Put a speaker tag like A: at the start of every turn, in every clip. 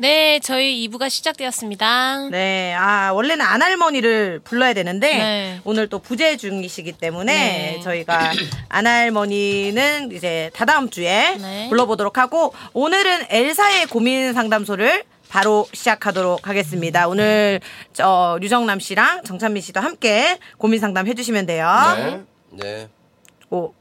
A: 네, 저희 2부가 시작되었습니다.
B: 네, 아, 원래는 안할머니를 불러야 되는데,
A: 네.
B: 오늘 또 부재 중이시기 때문에,
A: 네.
B: 저희가 안할머니는 이제 다다음 주에
A: 네.
B: 불러보도록 하고, 오늘은 엘사의 고민 상담소를 바로 시작하도록 하겠습니다. 오늘, 저, 류정남 씨랑 정찬민 씨도 함께 고민 상담 해주시면 돼요.
C: 네. 네.
B: 오.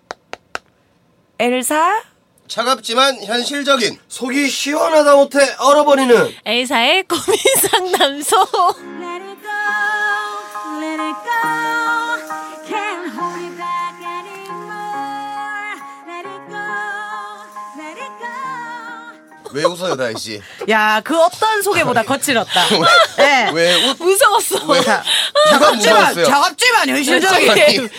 B: 엘사?
C: 차갑지만 현실적인
D: 속이 시원하다 못해 얼어버리는
A: 엘사의 고민 상담소.
E: Let it go, let it go. Can't hold it back anymore. Let it go, let it go.
C: 왜 웃어요 다혜 씨?
B: 야, 그 어떤 소개보다 거칠었다. 네.
C: 아, 왜 웃?
A: 무서웠어.
C: 왜?
B: 자,
C: 누가
B: 작업지만,
C: 무서웠어요?
B: 작업지만 현실적인.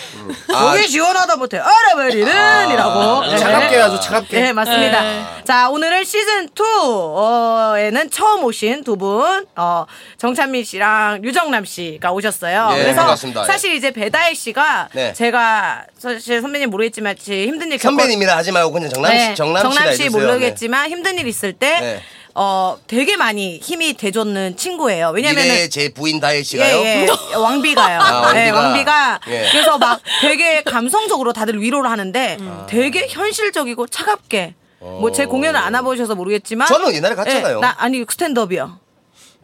C: 아,
B: 목이 시원하다 못해 얼어버리는 이라고. 네.
D: 차갑게 해야죠 차갑게
B: 네, 맞습니다. 자, 오늘은 어, 시즌2에는 처음 오신 두 분, 어, 정찬민 씨랑 유정남 씨가 오셨어요.
C: 예,
B: 그래서
C: 반갑습니다.
B: 사실 이제 배다혜 씨가
C: 네.
B: 제가 사실 선배님 모르겠지만 제 힘든 일 겪었-
C: 선배님이라 하지 말고 그냥 정남 씨,
B: 네,
C: 정남 씨라
B: 정남 씨
C: 해주세요.
B: 모르겠지만 힘든 일 있을 때,
C: 네.
B: 어, 되게 많이 힘이 돼줬는 친구예요.
C: 네.
B: 왜냐면은
C: 미래의 제 부인 다혜 씨가요.
B: 예, 예. 왕비가요.
C: 아, 왕비가.
B: 예, 왕비가.
C: 예.
B: 그래서 막 되게 감성적으로 다들 위로를 하는데
C: 음. 아.
B: 되게 현실적이고 차갑게. 뭐 제 공연을 안 와보셔서 모르겠지만
C: 어. 저는 옛날에 갔잖아요.
B: 예, 나 아니 스탠드업이요.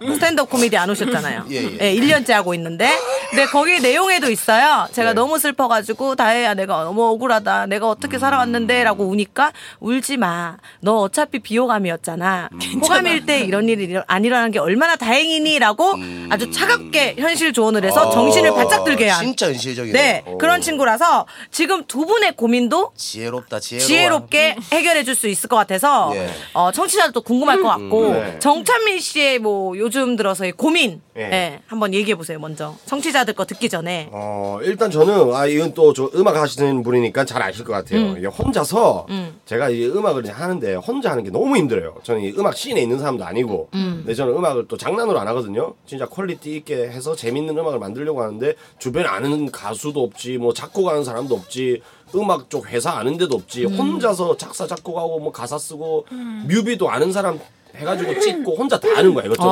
B: 음. 스탠드업 코미디 안 오셨잖아요.
C: 예, 예.
B: 1년째 하고 있는데. 근데 거기 내용에도 있어요. 제가 너무 슬퍼가지고, 다혜야, 내가 너무 억울하다. 내가 어떻게 살아왔는데? 라고 우니까, 울지 마. 너 어차피 비호감이었잖아. 호감일 때 이런 일이 일어- 안 일어난 게 얼마나 다행이니? 라고 아주 차갑게 현실 조언을 해서 정신을 바짝 들게 한.
C: 어, 진짜 현실적이네.
B: 네.
C: 오.
B: 그런 친구라서 지금 두 분의 고민도
C: 지혜롭다 지혜로워.
B: 지혜롭게 해결해 줄 수 있을 것 같아서
C: 예.
B: 어, 청취자도 궁금할 것 같고
D: 네.
B: 정찬민 씨의 뭐 요즘 들어서의 고민
D: 예.
B: 예, 한번 얘기해 보세요 먼저 청취자들 거 듣기 전에
D: 어 일단 저는 아 이건 또 저 음악 하시는 분이니까 잘 아실 것 같아요 이게 혼자서 제가 이 음. 음악을 이제 하는데 혼자 하는 게 너무 힘들어요 저는 이 음악 씬에 있는 사람도 아니고 근데 저는 음악을 또 장난으로 안 하거든요 진짜 퀄리티 있게 해서 재밌는 음악을 만들려고 하는데 주변에 아는 가수도 없지 뭐 작곡하는 사람도 없지 음악 쪽 회사 아는 데도 없지
A: 음.
D: 혼자서 작사 작곡하고 뭐 가사 쓰고 뮤비도 아는 사람
A: 음.
D: 해가지고 찍고 혼자 다 하는 거야 이것저것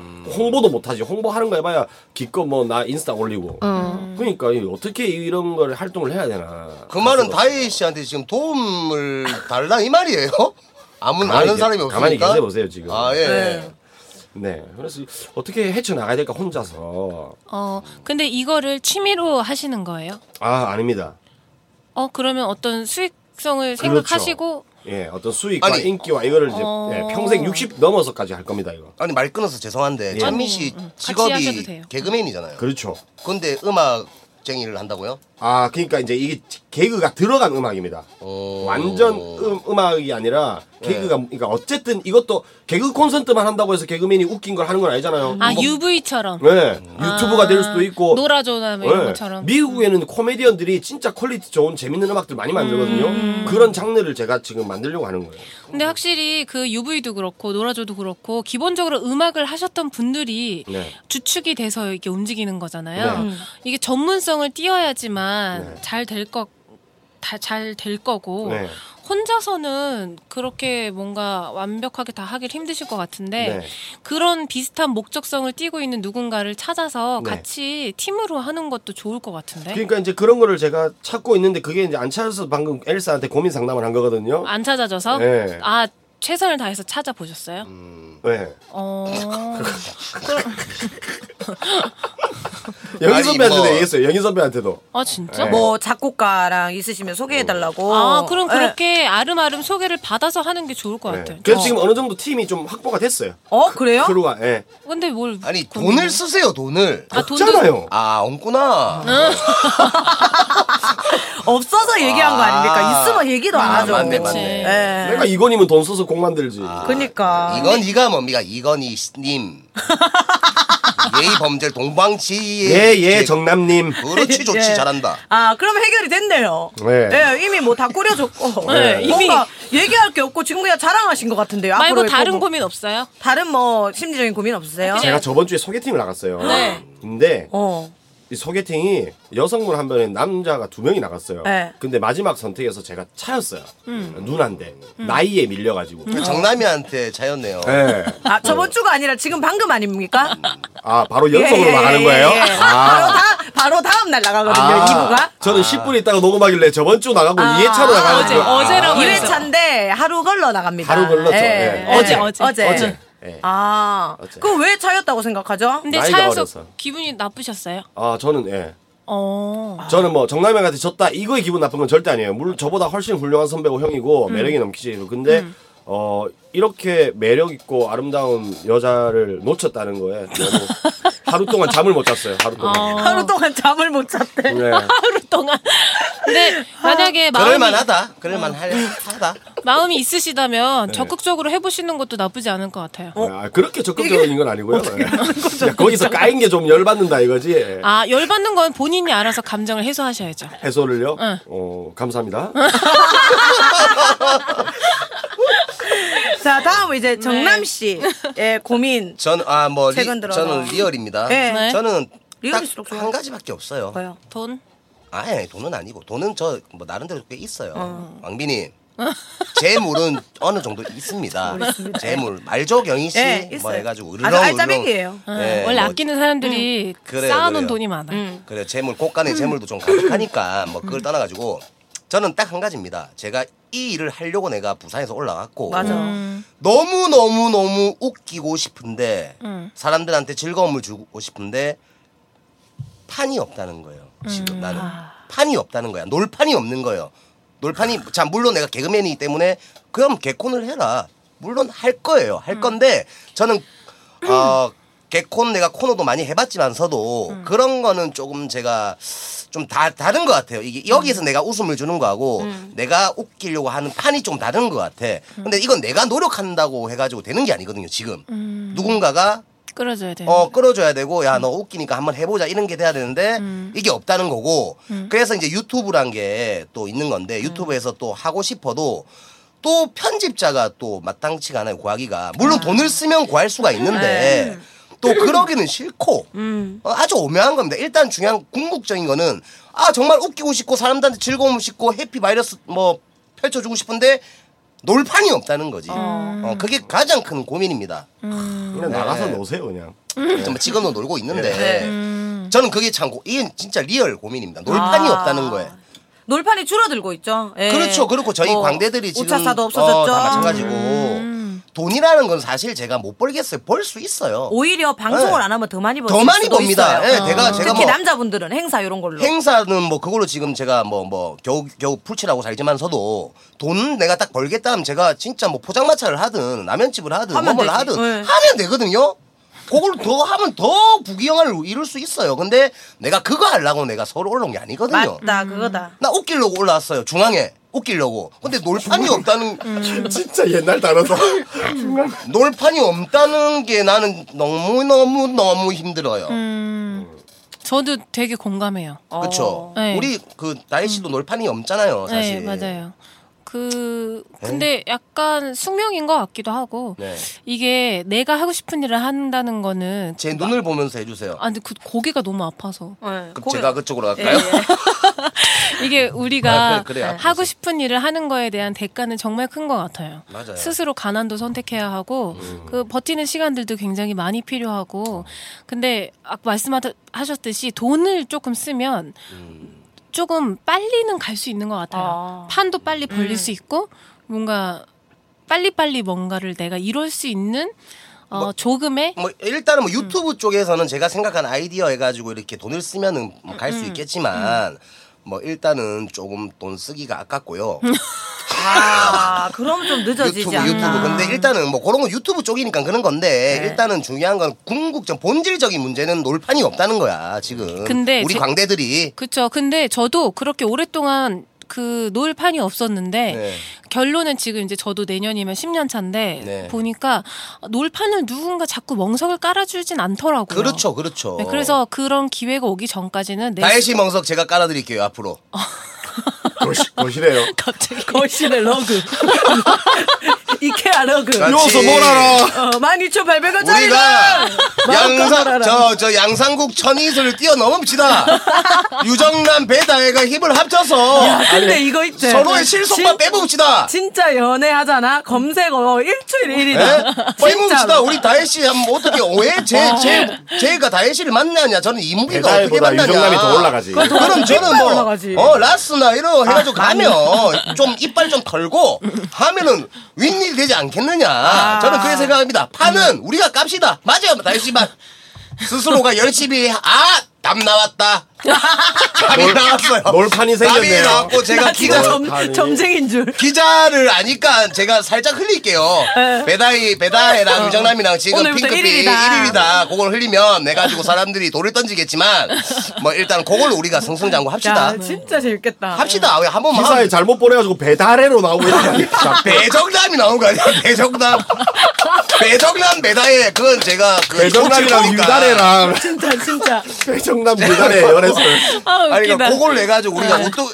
D: 음.
B: 어.
D: 홍보도 못하지 홍보하는 거 해봐야 기껏 뭐 나 인스타 올리고
A: 어.
D: 그러니까 이 어떻게 이런 걸 활동을 해야 되나
C: 그 말은 다혜 씨한테 지금 도움을 달라 이 말이에요? 아무
D: 가만히
C: 아는
D: 계-
C: 사람이 없으니까.
D: 가만히 계세요 보세요 지금
C: 아 예.
B: 네.
D: 네 그래서 어떻게 헤쳐나가야 될까 혼자서
A: 어, 근데 이거를 취미로 하시는 거예요?
D: 아 아닙니다
A: 어, 그러면 어떤 수익성을
D: 그렇죠.
A: 생각하시고
D: 예 어떤 수익과
C: 아니.
D: 인기와 이거를 이제
A: 어.
D: 예, 평생 60 넘어서까지 할 겁니다 이거
C: 아니 말 끊어서 죄송한데 찬민 씨
A: 음, 같이 하셔도
C: 직업이
A: 돼요.
C: 개그맨이잖아요.
D: 예. 그렇죠
C: 근데 음악쟁이를 한다고요?
D: 아 그러니까 이제 이게 개그가 들어간 음악입니다
C: 어.
D: 완전 음, 악이 아니라 개그가
A: 네.
D: 그러니까 어쨌든 이것도 개그 콘서트만 한다고 해서 개그맨이 웃긴 걸 하는 건 아니잖아요.
A: 아,
D: 뭐,
A: UV처럼.
D: 네, 유튜브가 될 수도 있고
A: 놀아줘나 뭐 이런
D: 네,
A: 것처럼.
D: 미국에는 코미디언들이 진짜 퀄리티 좋은 재밌는 음악들 많이 만들거든요. 그런 장르를 제가 지금 만들려고 하는 거예요.
A: 근데 확실히 그 UV도 그렇고 놀아줘도 그렇고 기본적으로 음악을 하셨던 분들이
D: 네.
A: 주축이 돼서 이렇게 움직이는 거잖아요.
D: 네.
A: 이게 전문성을 띄어야지만 잘 될 것, 잘 될 거고
D: 네.
A: 혼자서는 그렇게 뭔가 완벽하게 다 하길 힘드실 것 같은데
D: 네.
A: 그런 비슷한 목적성을 띠고 있는 누군가를 찾아서
D: 네.
A: 같이 팀으로 하는 것도 좋을 것 같은데
D: 그러니까 이제 그런 거를 제가 찾고 있는데 그게 이제 안 찾아서 방금 엘사한테 고민 상담을 한 거거든요.
A: 안 찾아져서
D: 네.
A: 아 최선을 다해서 찾아보셨어요?
D: 네.
A: 어.
D: 영희
C: 아니,
D: 선배한테도
C: 뭐-
D: 얘기했어요. 영희 선배한테도.
A: 아 진짜?
D: 네.
B: 뭐 작곡가랑 있으시면 소개해 달라고
A: 아 그럼
B: 예.
A: 그렇게 아름아름 소개를 받아서 하는 게 좋을 것
D: 네.
A: 같아요.
D: 그래서
A: 어.
D: 지금 어느 정도 팀이 좀 확보가 됐어요.
B: 어 그래요
D: 크루가. 예.
A: 근데 뭘
C: 아니 돈을 쓰세요 돈을.
A: 아, 돈도-
D: 없잖아요.
C: 아 엉구나.
B: 없어서 얘기한 거 아닙니까
C: 아.
B: 있으면 얘기도 안
C: 아,
B: 하죠
C: 맞네,
A: 맞네.
B: 예.
D: 내가 이건이면 돈 써서 곡 만들지.
B: 그러니까
C: 이건 이가 뭡니까 이건희님. 예의 범죄 동방지.
D: 예, 예, 정남님.
C: 그렇지 좋지
B: 예.
C: 잘한다.
B: 아, 그럼 해결이 됐네요.
D: 네.
B: 예, 이미 뭐 다 꾸려졌고.
A: 네,
B: 뭔가 얘기할 게 없고 지금 그냥 자랑하신 것 같은데요.
A: 말고 뭐
B: 앞으로의
A: 다른
B: 포부.
A: 고민 없어요?
B: 다른 뭐 심리적인 고민 없으세요?
A: 그냥-
B: 네.
D: 제가 저번 주에 소개팅을 나갔어요.
A: 네.
D: 근데
B: 어.
D: 이 소개팅이 여성분 한 명에 남자가 두 명이 나갔어요.
B: 네. 음.
D: 근데 마지막 선택에서 제가 차였어요. 누나인데 나이에 밀려가지고.
C: 정남이한테 차였네요.
D: 예.
B: 아 저번 주가 아니라 지금 방금 아닙니까?
C: 음.
D: 아 바로 연속으로
B: 예, 예,
D: 나가는
B: 예,
D: 거예요?
B: 예, 예. 바로
D: 아.
B: 다 바로 다음 날 나가거든요.
D: 아.
B: 이부가.
D: 저는 10분 있다가 녹음하길래 저번 주 나가고
B: 아,
D: 이 2회차로 나가는
A: 어제
D: 줄 알-
A: 어제라고
B: 이
A: 해서.
B: 회차인데 하루 걸러 나갑니다.
D: 하루 걸렀죠.
B: 예.
D: 예.
A: 어제,
B: 예.
A: 어제.
B: 어제.
D: 어제. 예.
B: 아,
D: 어제.
B: 그 왜 차였다고 생각하죠?
A: 근데
D: 나이가
A: 차에서
D: 어려서.
A: 기분이 나쁘셨어요?
D: 아 저는 예.
A: 어.
D: 저는 뭐 정남형한테 졌다 이거에 기분 나쁜 건 절대 아니에요. 물론 저보다 훨씬 훌륭한 선배고 형이고 매력이 넘치지. 근데 어 이렇게 매력 있고 아름다운 여자를 놓쳤다는 거에 너무 하루 동안 잠을 못 잤어요. 하루 동안.
B: 하루 동안 잠을 못 잤대.
D: 네.
A: 하루 동안. 근데 만약에 마음이
C: 그럴만하다. 그럴만하다.
A: 마음이 있으시다면 적극적으로 해보시는 것도 나쁘지 않을 것 같아요.
D: 아, 그렇게 적극적인 건 아니고요. 네. 야, 거기서 까인 게 좀 열받는다 이거지.
A: 아 열받는 건 본인이 알아서 감정을 해소하셔야죠.
D: 해소를요.
A: 응.
D: 어 감사합니다.
B: 자, 다음 이제 정남 씨의 고민.
C: 저는 아뭐
B: 최근 들어서.
C: 저는 리얼입니다.
B: 네. 네.
C: 저는
B: 리얼일수록
C: 딱
B: 좋아요.
C: 한 가지밖에 없어요.
B: 뭐요?
A: 돈.
C: 아예 돈은 아니고 돈은 저 뭐 나름대로 꽤 있어요. 왕빈이 재물은 어느 정도 있습니다. 재물 말조 경희 씨
B: 예,
C: 뭐
B: 있어요.
C: 해가지고
B: 아주
C: 으르렁 으르렁.
B: 알짜배기예요.
A: 아,
C: 예,
A: 원래
C: 뭐
A: 아끼는 사람들이
C: 그래요,
A: 쌓아놓은
C: 그래요.
A: 돈이 많아요.
B: 음.
C: 그래 재물 곳간의 재물도 좀 가득하니까 뭐 그걸 떠나가지고 저는 딱 한 가지입니다. 제가 이 일을 하려고 내가 부산에서 올라갔고
B: 맞아.
A: 음.
C: 너무 너무 너무 웃기고 싶은데
A: 음.
C: 사람들한테 즐거움을 주고 싶은데 판이 없다는 거예요. 지금 나는 판이 없다는 거야. 놀판이 없는 거예요. 놀판이 자 물론 내가 개그맨이기 때문에 그럼 개콘을 해라. 물론 할 거예요. 할 건데 저는 어, 개콘 내가 코너도 많이 해봤지만서도 그런 거는 조금 제가 좀 다 다른 것 같아요. 이게 여기에서 내가 웃음을 음. 주는 거하고 내가 웃기려고 하는 판이 좀 다른 것 같아. 근데 이건 내가 노력한다고 해가지고 되는 게 아니거든요. 지금 누군가가
A: 끌어줘야 돼요.
C: 어 끌어줘야 되고 야 너 웃기니까 한번 해보자 이런 게 돼야 되는데 이게 없다는 거고 그래서 이제 유튜브란 게 또 있는 건데 유튜브에서 또 하고 싶어도 또 편집자가 또 마땅치가 않아요 음. 구하기가 물론 돈을 쓰면 구할 수가 있는데 또 그러기는 싫고 어, 아주 오묘한 겁니다 일단 중요한 궁극적인 거는 아 정말 웃기고 싶고 사람들한테 즐거움을 싶고 해피 바이러스 뭐 펼쳐주고 싶은데 놀판이 없다는 거지 어, 그게 가장 큰 고민입니다.
D: 그냥 나가서 노세요 그냥.
C: 좀 지금도 놀고 있는데 저는 그게 참 고- 이건 진짜 리얼 고민입니다. 놀판이
B: 음. 아.
C: 없다는 거예요.
B: 놀판이 줄어들고 있죠. 예.
C: 그렇죠. 그렇고 저희
B: 뭐,
C: 광대들이 지금
B: 오차사도
C: 어,
B: 없어졌죠. 음.
C: 다 마찬가지고 돈이라는 건 사실 제가 못 벌겠어요. 벌 수 있어요.
B: 오히려 방송을
C: 예.
B: 안 하면 더 많이 벌수
C: 더 많이 법니다. 예, 제가 제가
B: 어. 특히
C: 뭐
B: 남자분들은 행사 이런 걸로.
C: 행사는 뭐 그걸로 지금 제가 뭐 뭐 겨우 겨우 풀칠하고 살지만서도 돈 내가 딱 벌겠다면 제가 진짜 뭐 포장마차를 하든 라면집을 하든
B: 하면
C: 뭐뭘
B: 되지.
C: 하든
B: 네.
C: 하면 되거든요. 그걸 더 하면 더 부귀영화를 이룰 수 있어요. 근데 내가 그거 하려고 내가 서울 올라온 게 아니거든요.
B: 맞다, 음. 그거다.
C: 나 웃기려고 올라왔어요. 중앙에 웃기려고. 근데
A: 아,
C: 놀판이 없다는
A: 음.
C: 음.
D: 진짜 옛날 단어다.
C: 놀판이 없다는 게 나는 너무 너무 너무 힘들어요.
A: 음. 저도 되게 공감해요.
C: 그렇죠.
A: 네. 음.
C: 우리 그 나혜 씨도 놀판이 없잖아요, 어, 사실.
A: 네, 맞아요. 그 근데 약간 숙명인 것 같기도 하고
C: 네.
A: 이게 내가 하고 싶은 일을 한다는 거는
C: 제 눈을 보면서 해주세요.
A: 아 근데 그 고개가 너무 아파서
B: 예,
C: 그럼
B: 고개-
C: 제가 그쪽으로 갈까요?
A: 네. 이게 우리가
C: 아, 그래, 그래, 앞에서.
A: 하고 싶은 일을 하는 거에 대한 대가는 정말 큰 것 같아요.
C: 맞아요. 음.
A: 스스로 가난도 선택해야 하고 그 버티는 시간들도 굉장히 많이 필요하고 근데 아까 말씀하셨듯이 돈을 조금 쓰면
C: 음.
A: 조금 빨리는 갈 수 있는 것 같아요.
B: 아.
A: 판도 빨리 벌릴 수 있고 뭔가 빨리빨리 뭔가를 내가 이룰 수 있는 어, 조금의
C: 뭐
A: 음.
C: 일단은 뭐 유튜브 쪽에서는 제가 생각한 아이디어 해가지고 이렇게 돈을 쓰면은 뭐 갈
A: 음.
C: 수 있겠지만 뭐 일단은 조금 돈 쓰기가
A: 음.
C: 아깝고요.
B: 아, 그럼 좀 늦어지지
C: 유튜브
B: 않나.
C: 유튜브 근데 일단은 뭐 그런 건 유튜브 쪽이니까 그런 건데 일단은 중요한 건 궁극적 본질적인 문제는 놀판이 없다는 거야 지금
A: 근데
C: 우리
A: 제-
C: 광대들이
A: 그쵸. 근데 저도 그렇게 오랫동안 그 노을판이 없었는데
C: 네.
A: 결론은 지금 이제 저도 내년이면 10년 차인데
C: 네.
A: 보니까 노을판을 누군가 자꾸 멍석을 깔아주진 않더라고요.
C: 그렇죠 그렇죠
A: 네, 그래서 네. 그런 기회가 오기 전까지는 내
C: 나혜씨 멍석 제가 깔아드릴게요 앞으로
D: 도시, 도시래요.
A: 갑자기
B: 거실의 러그. 이케아 러그.
C: 그렇지.
D: 요소 뭘 알아?
B: 어, 12,800원짜리.
C: 우리가 양상
B: 알아.
C: 저저 양상국 천이슬을 뛰어넘읍시다. 유정남 배다혜가 힘을 합쳐서
B: 아, 근데 이거 있대.
C: 서로의 실속만
B: 네, 진-
C: 빼봅시다.
B: 진짜 연애하잖아. 검색어 일주일에 1위다.
C: 빼봅시다 예? 우리 다혜 씨 한번 어떻게 왜 제제 제가 다혜 씨를 만나냐? 저는 임무기가 어떻게
D: 배달보다
C: 만나냐?
D: 유정남이 더 올라가지.
C: 그럼 저는
B: 이빨
C: 뭐,
B: 올라가지. 아,
C: 어, 라스나 이런 해가지고 가면 좀 이빨 좀 털고 하면은 윈일이 되지 않겠느냐.
B: 아.
C: 저는 그게 생각합니다. 파는
B: 음.
C: 우리가 깝시다. 맞아요. 다시만 스스로가 열심히, 아! 남 나왔다. 답이 나왔어요. 답이
D: 놀판이 생겼네요.
C: 나왔고 제가
B: 나
C: 기가
B: 지금
D: 다리.
B: 점, 점쟁인 줄.
C: 기자를 아니까 제가 살짝 흘릴게요. 배다이, 배다이랑 유정남이랑 지금
B: 네. 어. 오늘부터
C: 핑크빛
B: 일일이다.
C: 1일이다. 그걸 흘리면 내 가지고 사람들이 돌을 던지겠지만 뭐 일단 그걸 우리가 승승장구 합시다.
B: 야, 진짜 재밌겠다.
C: 합시다. 왜 한 번만.
D: 기사에
C: 하면
D: 잘못 보내가지고 배달해로 나오고 이런 거 아니야?
C: 배정남이 나온 거 아니야? 배정남. 배정남 배다이 그건 제가 그
D: 배정남이랑
C: 고칠 거니까.
D: 유달해랑
B: 진짜, 진짜.
D: 배정남 유달해 연애설.
A: 아
C: 아니
A: 웃기다.
C: 그러니까 그걸 내 가지고 우리가
B: 네.
C: 또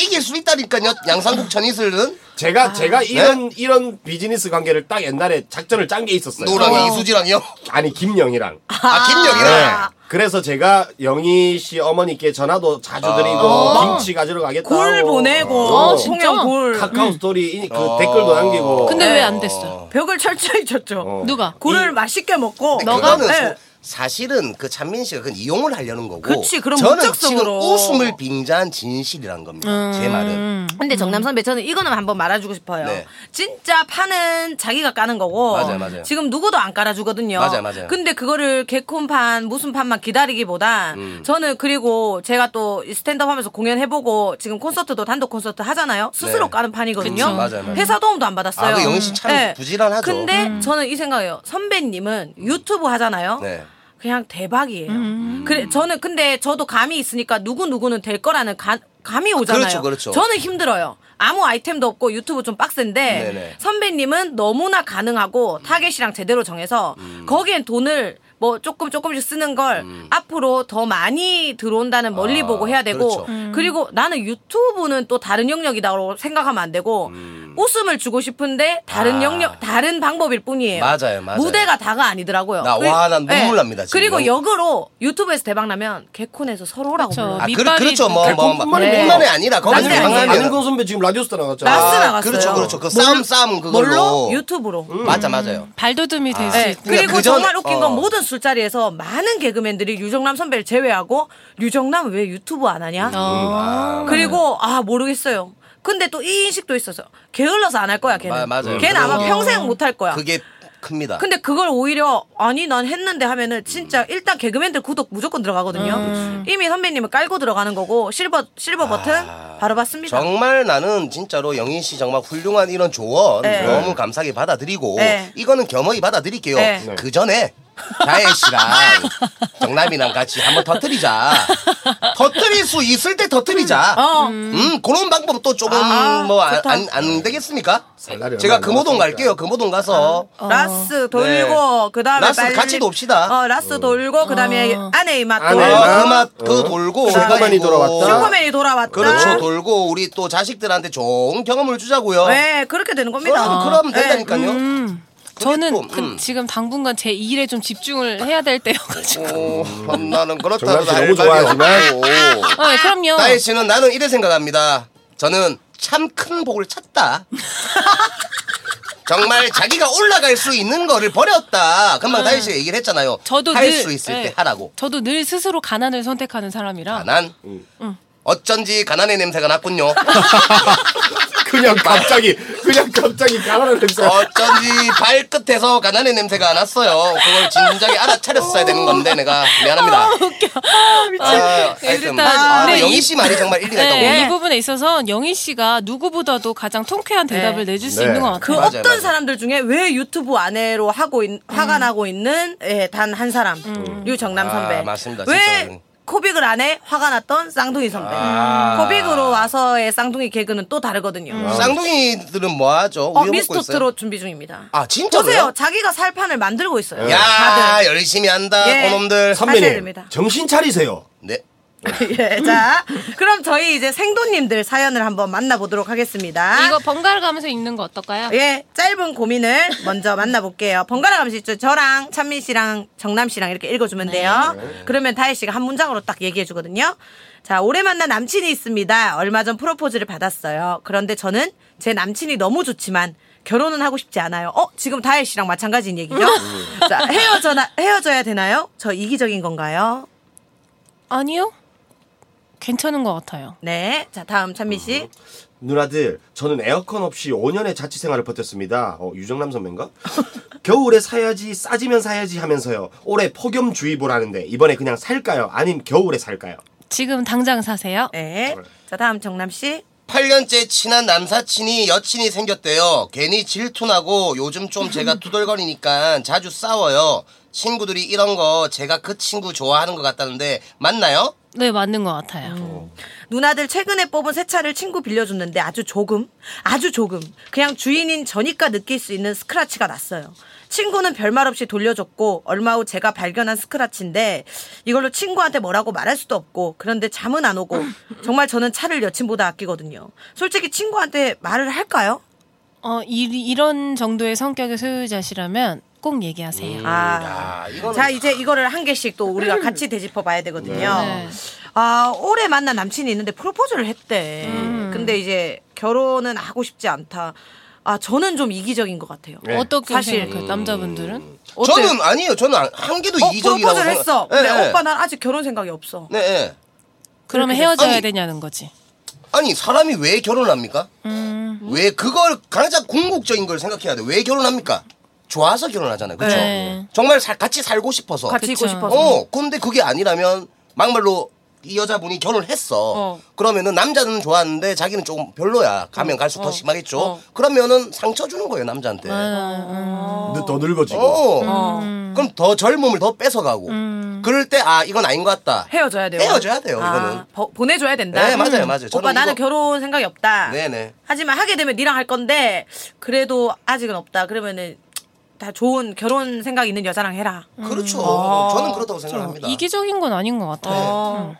C: 이길 수 있다니까요. 양상국 전이슬은
D: 제가
C: 네?
D: 제가 이런 이런 비즈니스 관계를 딱 옛날에 작전을 짠 게 있었어요.
C: 노랑 이수지랑요.
D: 아니 김영희랑.
C: 아 김영이랑.
D: 네. 그래서 제가 영희 씨 어머니께 전화도 자주 드리고
C: 아.
D: 김치 가지러 가겠다고
B: 골 보내고, 아,
A: 어, 진짜?
B: 송영 골.
D: 카카오 스토리 이- 그
C: 음.
D: 댓글도 남기고
A: 근데 왜 안 됐어?
B: 음, 벽을 철저히 쳤죠.
D: 어.
A: 누가?
B: 골을 맛있게 먹고.
A: 너가?
C: 그거는
B: 네.
C: 소- 사실은 그 찬민 씨가 그건 이용을 하려는 거고.
B: 그치, 그럼
C: 저는 지금
B: 목적적으로. 음.
C: 웃음을 빙자한 진실이란 겁니다. 제 말은.
B: 근데 정남 선배 저는 이거는 한번 말아주고 싶어요.
C: 네.
B: 진짜 파는 자기가 까는 거고
C: 맞아요, 맞아요.
B: 지금 누구도 안 깔아주거든요.
C: 맞아요, 맞아요.
B: 근데 그거를 개콘판 무슨 판만 기다리기보다
C: 음.
B: 저는 그리고 제가 또이 스탠드업 하면서 공연해보고 지금 콘서트도 단독 콘서트 하잖아요. 스스로
C: 네.
B: 까는 판이거든요.
C: 그쵸, 맞아요, 맞아요.
B: 회사 도움도 안 받았어요. 네.
C: 아, 그 영희 씨참 부지런하죠.
B: 근데 저는 이 생각이에요. 선배님은 유튜브 하잖아요.
C: 네.
B: 그냥 대박이에요. 그래 저는 근데 저도 감이 있으니까 누구 누구는 될 거라는 가- 감이 오잖아요.
C: 그렇죠, 그렇죠.
B: 저는 힘들어요. 아무 아이템도 없고 유튜브 좀 빡센데
C: 네네.
B: 선배님은 너무나 가능하고 타겟이랑 제대로 정해서
C: 음.
B: 거기엔 돈을 뭐 조금 조금씩 쓰는 걸 앞으로 더 많이 들어온다는 멀리
C: 아,
B: 보고 해야 되고
C: 그렇죠.
B: 그리고 나는 유튜브는 또 다른 영역이라고 생각하면 안 되고 웃음을 주고 싶은데 다른
C: 아.
B: 영역 다른 방법일 뿐이에요.
C: 맞아요, 맞아요.
B: 무대가 다가 아니더라고요.
C: 나-
B: 어, 그리-
C: 와, 난 눈물 납니다, 지금.
B: 그리고 역으로 유튜브에서 대박 나면 개콘에서 서로라고
A: 그쵸.
B: 불러.
C: 아, 그,
A: 밑밥이
C: 그렇죠. 뭐, 뭐, 뭐.
D: 개콘뿐만이
B: 네.
C: 뿐만이 아니라, 거기서
B: 남자 아니에요?
C: 방송하면.
D: 안은근 선배 지금 라디오스타 나갔잖아.
B: 라스
C: 아,
B: 나갔어요.
C: 그렇죠, 그렇죠. 그 싸움,
B: 뭘로
C: 싸움 그걸로.
B: 유튜브로.
C: 맞아, 맞아요.
A: 발돋움이 될 수
B: 네.
A: 있다.
C: 그러니까
B: 그리고
C: 그 전-
B: 정말 웃긴 건
C: 어.
B: 모든 술자리에서 많은 개그맨들이 유정남 선배를 제외하고 유정남 왜 유튜브 안 하냐?
C: 음.
A: 어.
B: 그리고 아 모르겠어요. 근데 또 이 인식도 있어서 게을러서 안 할 거야
C: 마-
B: 걔는.
C: 맞아요.
B: 걔는 아마
C: 그래요.
B: 평생 못 할 거야.
C: 그게 큽니다.
B: 근데 그걸 오히려 아니 난 했는데 하면은 진짜 일단 개그맨들 구독 무조건 들어가거든요.
C: 음.
B: 이미 선배님은 깔고 들어가는 거고 실버 실버 버튼
C: 아,
B: 바로 봤습니다.
C: 정말 나는 진짜로 영희 씨 정말 훌륭한 이런 조언
B: 네.
C: 너무 감사하게 받아들이고
B: 네.
C: 이거는 겸허히 받아들일게요.
B: 네.
D: 네.
C: 그 전에 다혜 씨랑 정남이랑 같이 한번 터뜨리자. 터뜨릴 수 있을 때 터뜨리자.
B: 어.
C: 음. 그런 방법 또 조금
B: 아,
C: 뭐 안
B: 좋다.
C: 안 되겠습니까?
D: 날이 얼마
C: 제가
D: 안
C: 금호동
D: 남았으니까.
C: 갈게요. 금호동 가서
B: 아.
C: 어,
B: 어. 라스 돌고 그다음에
C: 라스
B: 빨리-
C: 같이 돕시다.
B: 어 라스 돌고 그다음에 아내의 맛
D: 아내의
B: 어. 돌고
D: 맛.
C: 그맛그
D: 어.
C: 돌고
D: 슈퍼맨이
C: 해가지고
D: 돌아왔다.
B: 네. 슈퍼맨이 돌아왔다.
C: 그렇죠 돌고 우리 또 자식들한테 좋은 경험을 주자고요.
B: 네 그렇게 되는 겁니다. 네.
C: 그럼, 그럼 된다니까요.
A: 음.
C: 그게
A: 저는
C: 또,
A: 그-
C: 음.
A: 지금 당분간 제 일에 좀 집중을 해야 될 때여가지고.
C: 오, 음, 나는
D: 정남
C: 그렇다고
D: 씨 너무 좋아하지만
A: 아, 예, 그럼요.
C: 다혜 씨는 나는 이래 생각합니다. 저는 참 큰 복을 찾다. 정말 자기가 올라갈 수 있는 거를 버렸다. 금방 다혜 씨가 얘기를 했잖아요.
A: 아. 저도
C: 할
A: 늘-
C: 수 있을
A: 네.
C: 때 하라고. 아,
A: 저도 늘 스스로 가난을 선택하는 사람이라.
C: 가난. 어쩐지 가난의 냄새가 났군요.
D: 그냥 갑자기 그냥 갑자기 가라는 냄새.
C: 아, 어쩐지 발끝에서 가난의 냄새가 났어요. 그걸 진작에 알아차렸어야 되는 건데 내가 미안합니다. 아, 웃겨.
A: 일단
C: 아,
A: 네,
C: 영희
A: 이-
C: 씨 말이 정말 일리가 있다고.
A: 네, 이 부분에 있어서 영희 씨가 누구보다도 가장 통쾌한 대답을 내줄 수
D: 네.
A: 있는 것
B: 그
A: 같아요.
C: 맞아요,
B: 어떤
C: 맞아요.
B: 사람들 중에 왜 유튜브 아내로 하고 있- 화가 나고 있는 예, 단 한 사람 음. 유정남
C: 아,
B: 선배
C: 맞습니다. 진짜로. 아.
B: 왜 코빅을 안 해 화가 났던 쌍둥이 선배 코빅으로 와서의 쌍둥이 개그는 또 다르거든요
C: 쌍둥이들은 뭐
B: 어,
C: 하죠? 우유 음. 먹고
B: 미스터
C: 있어요?
B: 트롯 준비 중입니다
C: 아 진짜요?
B: 보세요 자기가 살판을 만들고 있어요
C: 야
B: 다들
C: 열심히 한다
B: 예.
C: 그놈들.
B: 사- 하셔야
D: 선배님
B: 됩니다.
D: 정신 차리세요.
C: 네.
B: 예, 자, 그럼 저희 이제 생도님들 사연을 한번 만나보도록 하겠습니다.
A: 이거 번갈아 가면서 읽는 거 어떨까요?
B: 예, 짧은 고민을 먼저 만나볼게요. 번갈아 가면서 있죠. 저랑 찬민 씨랑 정남 씨랑 이렇게 읽어주면
A: 네.
B: 돼요. 그러면 다혜 씨가 한 문장으로 딱 얘기해주거든요. 자, 오래 만난 남친이 있습니다. 얼마 전 프로포즈를 받았어요. 그런데 저는 제 남친이 너무 좋지만 결혼은 하고 싶지 않아요. 어, 지금 다혜 씨랑 마찬가지인 얘기죠? 자, 헤어져나, 헤어져야 되나요? 저 이기적인 건가요?
A: 아니요. 괜찮은 것 같아요.
B: 네. 자, 다음 찬민 씨.
D: 누나들, 저는 에어컨 없이 5년의 자취 생활을 버텼습니다. 어, 유정남 선배인가? 겨울에 사야지, 싸지면 사야지 하면서요. 올해 폭염주의보라는데, 이번에 그냥 살까요? 아님 겨울에 살까요?
A: 지금 당장 사세요.
B: 네. 자, 다음 정남 씨.
C: 8년째 친한 남사친이 여친이 생겼대요. 괜히 질투나고 요즘 좀 제가 투덜거리니까 자주 싸워요. 친구들이 이런 거 제가 그 친구 좋아하는 것 같다는데 맞나요?
A: 네, 맞는 것 같아요.
B: 누나들 최근에 뽑은 새 차를 친구 빌려줬는데 아주 조금, 아주 조금, 그냥 주인인 저니까 느낄 수 있는 스크라치가 났어요. 친구는 별말 없이 돌려줬고, 얼마 후 제가 발견한 스크라치인데, 이걸로 친구한테 뭐라고 말할 수도 없고, 그런데 잠은 안 오고, 정말 저는 차를 여친보다 아끼거든요. 솔직히 친구한테 말을 할까요?
A: 어, 이, 런 정도의 성격의 소유자시라면 꼭 얘기하세요.
B: 아.
C: 아, 이거는
B: 자, 이제 이거를 한 개씩 또 우리가 같이 되짚어 봐야 되거든요.
A: 네.
B: 아, 올해 만난 남친이 있는데 프로포즈를 했대.
C: 음.
B: 근데 이제 결혼은 하고 싶지 않다. 아, 저는 좀 이기적인 것 같아요.
C: 네.
A: 어떻게
B: 사실.
A: 생각해요? 그 남자분들은?
B: 어때요?
C: 저는 아니에요. 저는 안- 한 개도
B: 어,
C: 이기적이라고
B: 프로포즈를
C: 생각-
B: 했어.
C: 네,
B: 근데
C: 네.
B: 오빠 난 아직 결혼 생각이 없어.
C: 네, 네.
A: 그러면
B: 그렇게
A: 헤어져야
C: 아니.
A: 되냐는 거지.
C: 아니 사람이 왜 결혼합니까?
B: 음.
C: 왜 그걸 가장 궁극적인 걸 생각해야 돼. 왜 결혼합니까? 좋아서 결혼하잖아요. 그렇죠?
A: 네.
C: 정말 살- 같이 살고 싶어서.
B: 같이 있고
A: 그쵸.
B: 싶어서.
C: 어, 근데 그게 아니라면 막말로 이 여자분이 결혼을 했어.
B: 어.
C: 그러면은 남자는 좋았는데 자기는 조금 별로야. 가면
A: 어.
C: 갈수록 더 심하겠죠. 그러면은 상처 주는 거예요 남자한테.
A: 네. 어,
D: 늦- 더 늙어지고.
C: 어.
B: 어.
C: 그럼 더 젊음을 더 뺏어가고. 그럴 때 아 이건 아닌 것 같다.
B: 헤어져야 돼요.
C: 헤어져야 돼요,
B: 아,
C: 이거는.
B: 버- 보내줘야 된다. 음.
C: 네, 맞아요, 맞아요.
B: 오빠
C: 저는
B: 나는
C: 이거-
B: 결혼 생각이 없다.
C: 네네.
B: 하지만 하게 되면 니랑 할 건데 그래도 아직은 없다. 그러면은 다 좋은 결혼 생각 있는 여자랑 해라.
C: 그렇죠.
B: 아.
C: 저는 그렇다고 생각합니다.
A: 어. 이기적인 건 아닌 것 같아요.
B: 어.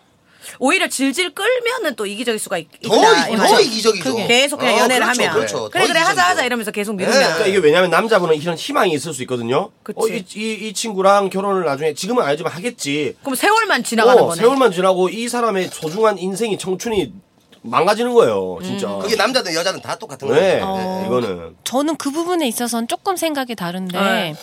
B: 오히려 질질 끌면은 또 이기적일 수가 있,
C: 더,
B: 있다. 이
C: 이-
B: 말이죠.
C: 더 이기적이죠.
B: 그게. 계속 그냥
C: 어,
B: 연애를
C: 그렇죠,
B: 하면
C: 그렇죠.
B: 그래
C: 더
B: 그래 하자
C: 이기적이죠.
B: 하자 이러면서 계속
C: 네.
B: 미루면
D: 그러니까 이게 왜냐면 남자분은 이런 희망이 있을 수 있거든요.
B: 그치.
D: 어, 이, 이, 이 친구랑 결혼을 나중에 지금은 아니지만 하겠지.
B: 그럼 세월만 지나가는
D: 어,
B: 거네.
D: 세월만 지나고 이 사람의 소중한 인생이 청춘이 망가지는 거예요. 진짜.
B: 음.
C: 그게 남자든 여자든 다 똑같은 거예요.
D: 네,
A: 어.
C: 네.
B: 어.
D: 이거는.
A: 저는 그 부분에 있어서는 조금 생각이 다른데
B: 네.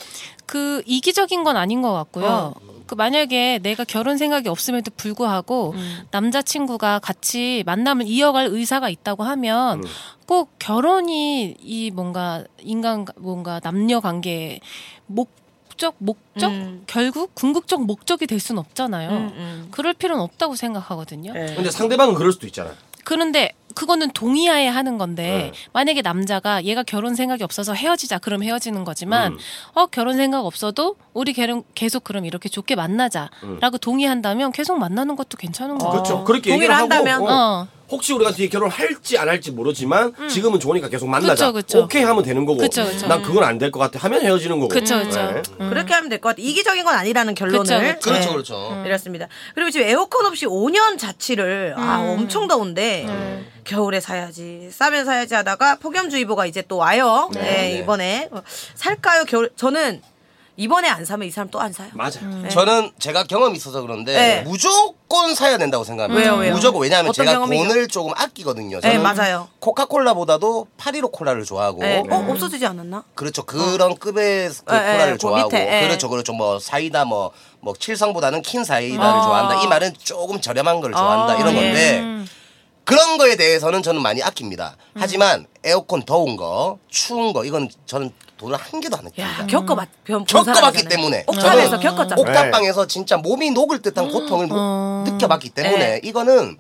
A: 그 이기적인 건 아닌 것 같고요.
B: 어.
A: 그 만약에 내가 결혼 생각이 없음에도 불구하고 남자친구가 같이 만남을 이어갈 의사가 있다고 하면
B: 음.
A: 꼭 결혼이 이 뭔가 인간 뭔가 남녀 관계의 목적 목적
B: 음.
A: 결국 궁극적 목적이 될 수는 없잖아요.
B: 음, 음.
A: 그럴 필요는 없다고 생각하거든요.
B: 네.
D: 근데 상대방은 그럴 수도 있잖아.
A: 그런데 그거는 동의하에 하는
C: 네.
A: 건데 만약에 남자가 얘가 결혼 생각이 없어서 헤어지자 그럼 헤어지는 거지만
C: 음.
A: 어 결혼 생각 없어도 우리 결혼 계속 그럼 이렇게 좋게
C: 음.
A: 만나자라고 동의한다면 계속 만나는 것도 괜찮은 거죠.
D: 그렇죠. 그렇게
B: 아. 동의를
D: 얘기를 하고
B: 한다면.
D: 어.
A: 어.
D: 혹시 우리가 뒤에 결혼 할지 안 할지 모르지만
B: 음.
D: 지금은 좋으니까 계속 만나자.
A: 그쵸, 그쵸.
D: 오케이 하면 되는 거고.
A: 그쵸, 그쵸.
D: 난 그건 안 될 것 같아. 하면 헤어지는 거고.
A: 그쵸, 그쵸.
D: 네.
B: 음. 그렇게 하면 될 것 같아. 이기적인 건 아니라는 결론을.
A: 음. 그쵸, 음. 그쵸.
B: 네.
C: 그렇죠, 그렇죠.
B: 이렇습니다. 그리고 지금 에어컨 없이 5년 자취를 아
A: 음.
B: 엄청 더운데
A: 네.
B: 겨울에 사야지 싸면 사야지 하다가 폭염주의보가 이제 또 와요. 네,
C: 네.
B: 이번에 어, 살까요? 겨울 저는 이번에 안 사면 이 사람 또 안 사요.
D: 맞아.
A: 음.
C: 저는 제가 경험이 있어서 그런데
B: 네.
C: 무조건 사야 된다고 생각합니다.
B: 왜요, 왜요?
C: 무조건 왜냐하면
B: 어떤
C: 제가
B: 경험이죠?
C: 돈을 조금 아끼거든요.
B: 네
C: 저는
B: 맞아요.
C: 코카콜라보다도 파리로 콜라를 좋아하고
B: 네. 어 없어지지 않았나?
C: 그렇죠 그런 급의 그
B: 예, 예,
C: 콜라를
B: 그
C: 좋아하고
B: 밑에, 예.
C: 그렇죠 그렇죠 뭐 사이다 뭐 뭐 칠성보다는 킨 사이다를
B: 아.
C: 좋아한다 이 말은 조금 저렴한 걸 좋아한다
B: 아,
C: 이런
B: 예.
C: 건데 그런 거에 대해서는 저는 많이 아낍니다. 하지만 에어컨 더운 거 추운 거 이건 저는 돈을 한 개도 안 아낍니다.
B: 야 겪어봤 본
C: 음. 겪어봤기
B: 사람이잖아요.
C: 때문에
B: 옥탑에서 음,
C: 저는
B: 겪었잖아.
D: 옥-
C: 옥탑방에서 진짜 몸이 녹을 듯한 고통을 뭐 느껴봤기 때문에 이거는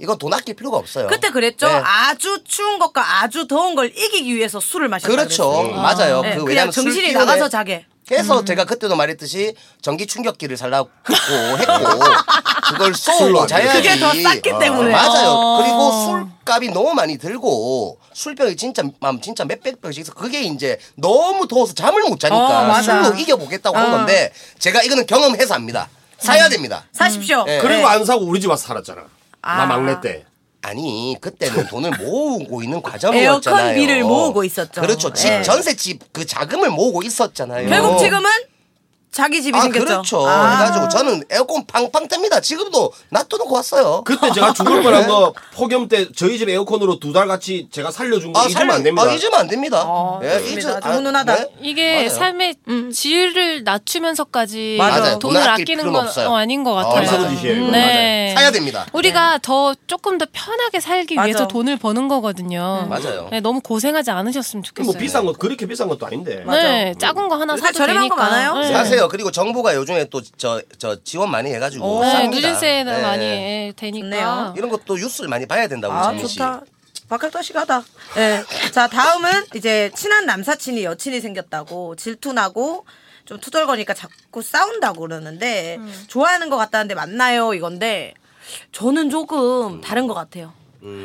C: 이건 돈 아낄 필요가 없어요.
B: 네. 그때 그랬죠.
C: 네.
B: 아주 추운 것과 아주 더운 걸 이기기 위해서 술을 마셨다.
C: 그렇죠.
B: 그랬어요.
C: 맞아요.
B: 네,
C: 그
B: 그냥
C: 왜냐면
B: 정신이
C: 술
B: 나가서
C: 때문에
B: 자게. 음.
C: 그래서 제가 그때도 말했듯이 전기 충격기를 살라고 했고 그걸 쏘고 자야지. 아,
B: 그게 더 쌌기 때문에. 어.
C: 맞아요. 그리고 술값이 너무 많이 들고 술병이 진짜 맘 진짜 몇백 병씩 있어. 그게 이제 너무 더워서 잠을 못
B: 어,
C: 자니까
B: 맞아. 어. 음.
C: 술로 이겨보겠다고 한 건데 제가 이거는 경험해서 합니다. 사야 됩니다.
B: 사십시오.
C: 네.
D: 그리고 안 사고 우리 집 와서 살았잖아.
B: 아.
D: 나 막내 때.
C: 아니 그때는 돈을 모으고 있는 과정이었잖아요.
B: 에어컨 비를 모으고 있었죠.
C: 그렇죠. 집
B: 예.
C: 전세집 그 자금을 모으고 있었잖아요.
B: 결국 지금은 자기 집이
C: 어. 아
B: 생겼죠.
C: 그렇죠.
B: 아.
C: 그래가지고 저는 에어컨 팡팡 뜹니다. 지금도 놔둬놓고 왔어요.
D: 그때 제가 죽을 뻔한 거 폭염 때 저희 집 에어컨으로 두 달 같이 제가 살려준 거
C: 아,
D: 잊으면
C: 살-
D: 안 됩니다.
C: 아, 잊으면 안 됩니다. 예,
B: 아, 좋습니다. 아주 훈훈하다.
C: 네?
A: 이게
C: 맞아요.
A: 삶의
B: 음.
A: 질을 낮추면서까지
B: 맞아요.
C: 맞아요.
A: 돈을
C: 돈 아낄
A: 아끼는
C: 필요는
A: 건
C: 없어요.
A: 어, 아닌 것
C: 아,
A: 같아요.
D: 이상한 짓이에요,
B: 예.
A: 네.
C: 사야 됩니다.
A: 우리가 더 조금 더 편하게 살기
B: 맞아.
A: 위해서 돈을 버는 거거든요.
C: 음. 맞아요.
A: 네, 너무 고생하지 않으셨으면 좋겠어요.
D: 뭐 비싼 것 그렇게 비싼 것도 아닌데.
A: 네, 작은 거 하나
B: 요새
A: 사도
B: 저렴한
A: 되니까.
B: 거 많아요?
A: 네.
C: 사세요. 그리고 정부가 요즘에 또 저 저 지원 많이 해가지고
A: 네,
C: 쌉니다.
A: 누진세는
C: 네.
A: 많이 예, 되니까.
B: 좋네요.
C: 이런 것도 뉴스를 많이 봐야 된다고
B: 아
C: 장미 씨.
B: 좋다. 박학도 씨가 하다. 예. 자 다음은 이제 친한 남사친이 여친이 생겼다고 질투나고 좀 투덜거니까 자꾸 싸운다고 그러는데 좋아하는 것 같다는데 맞나요 이건데 저는
C: 음.
B: 조금 다른 것 같아요.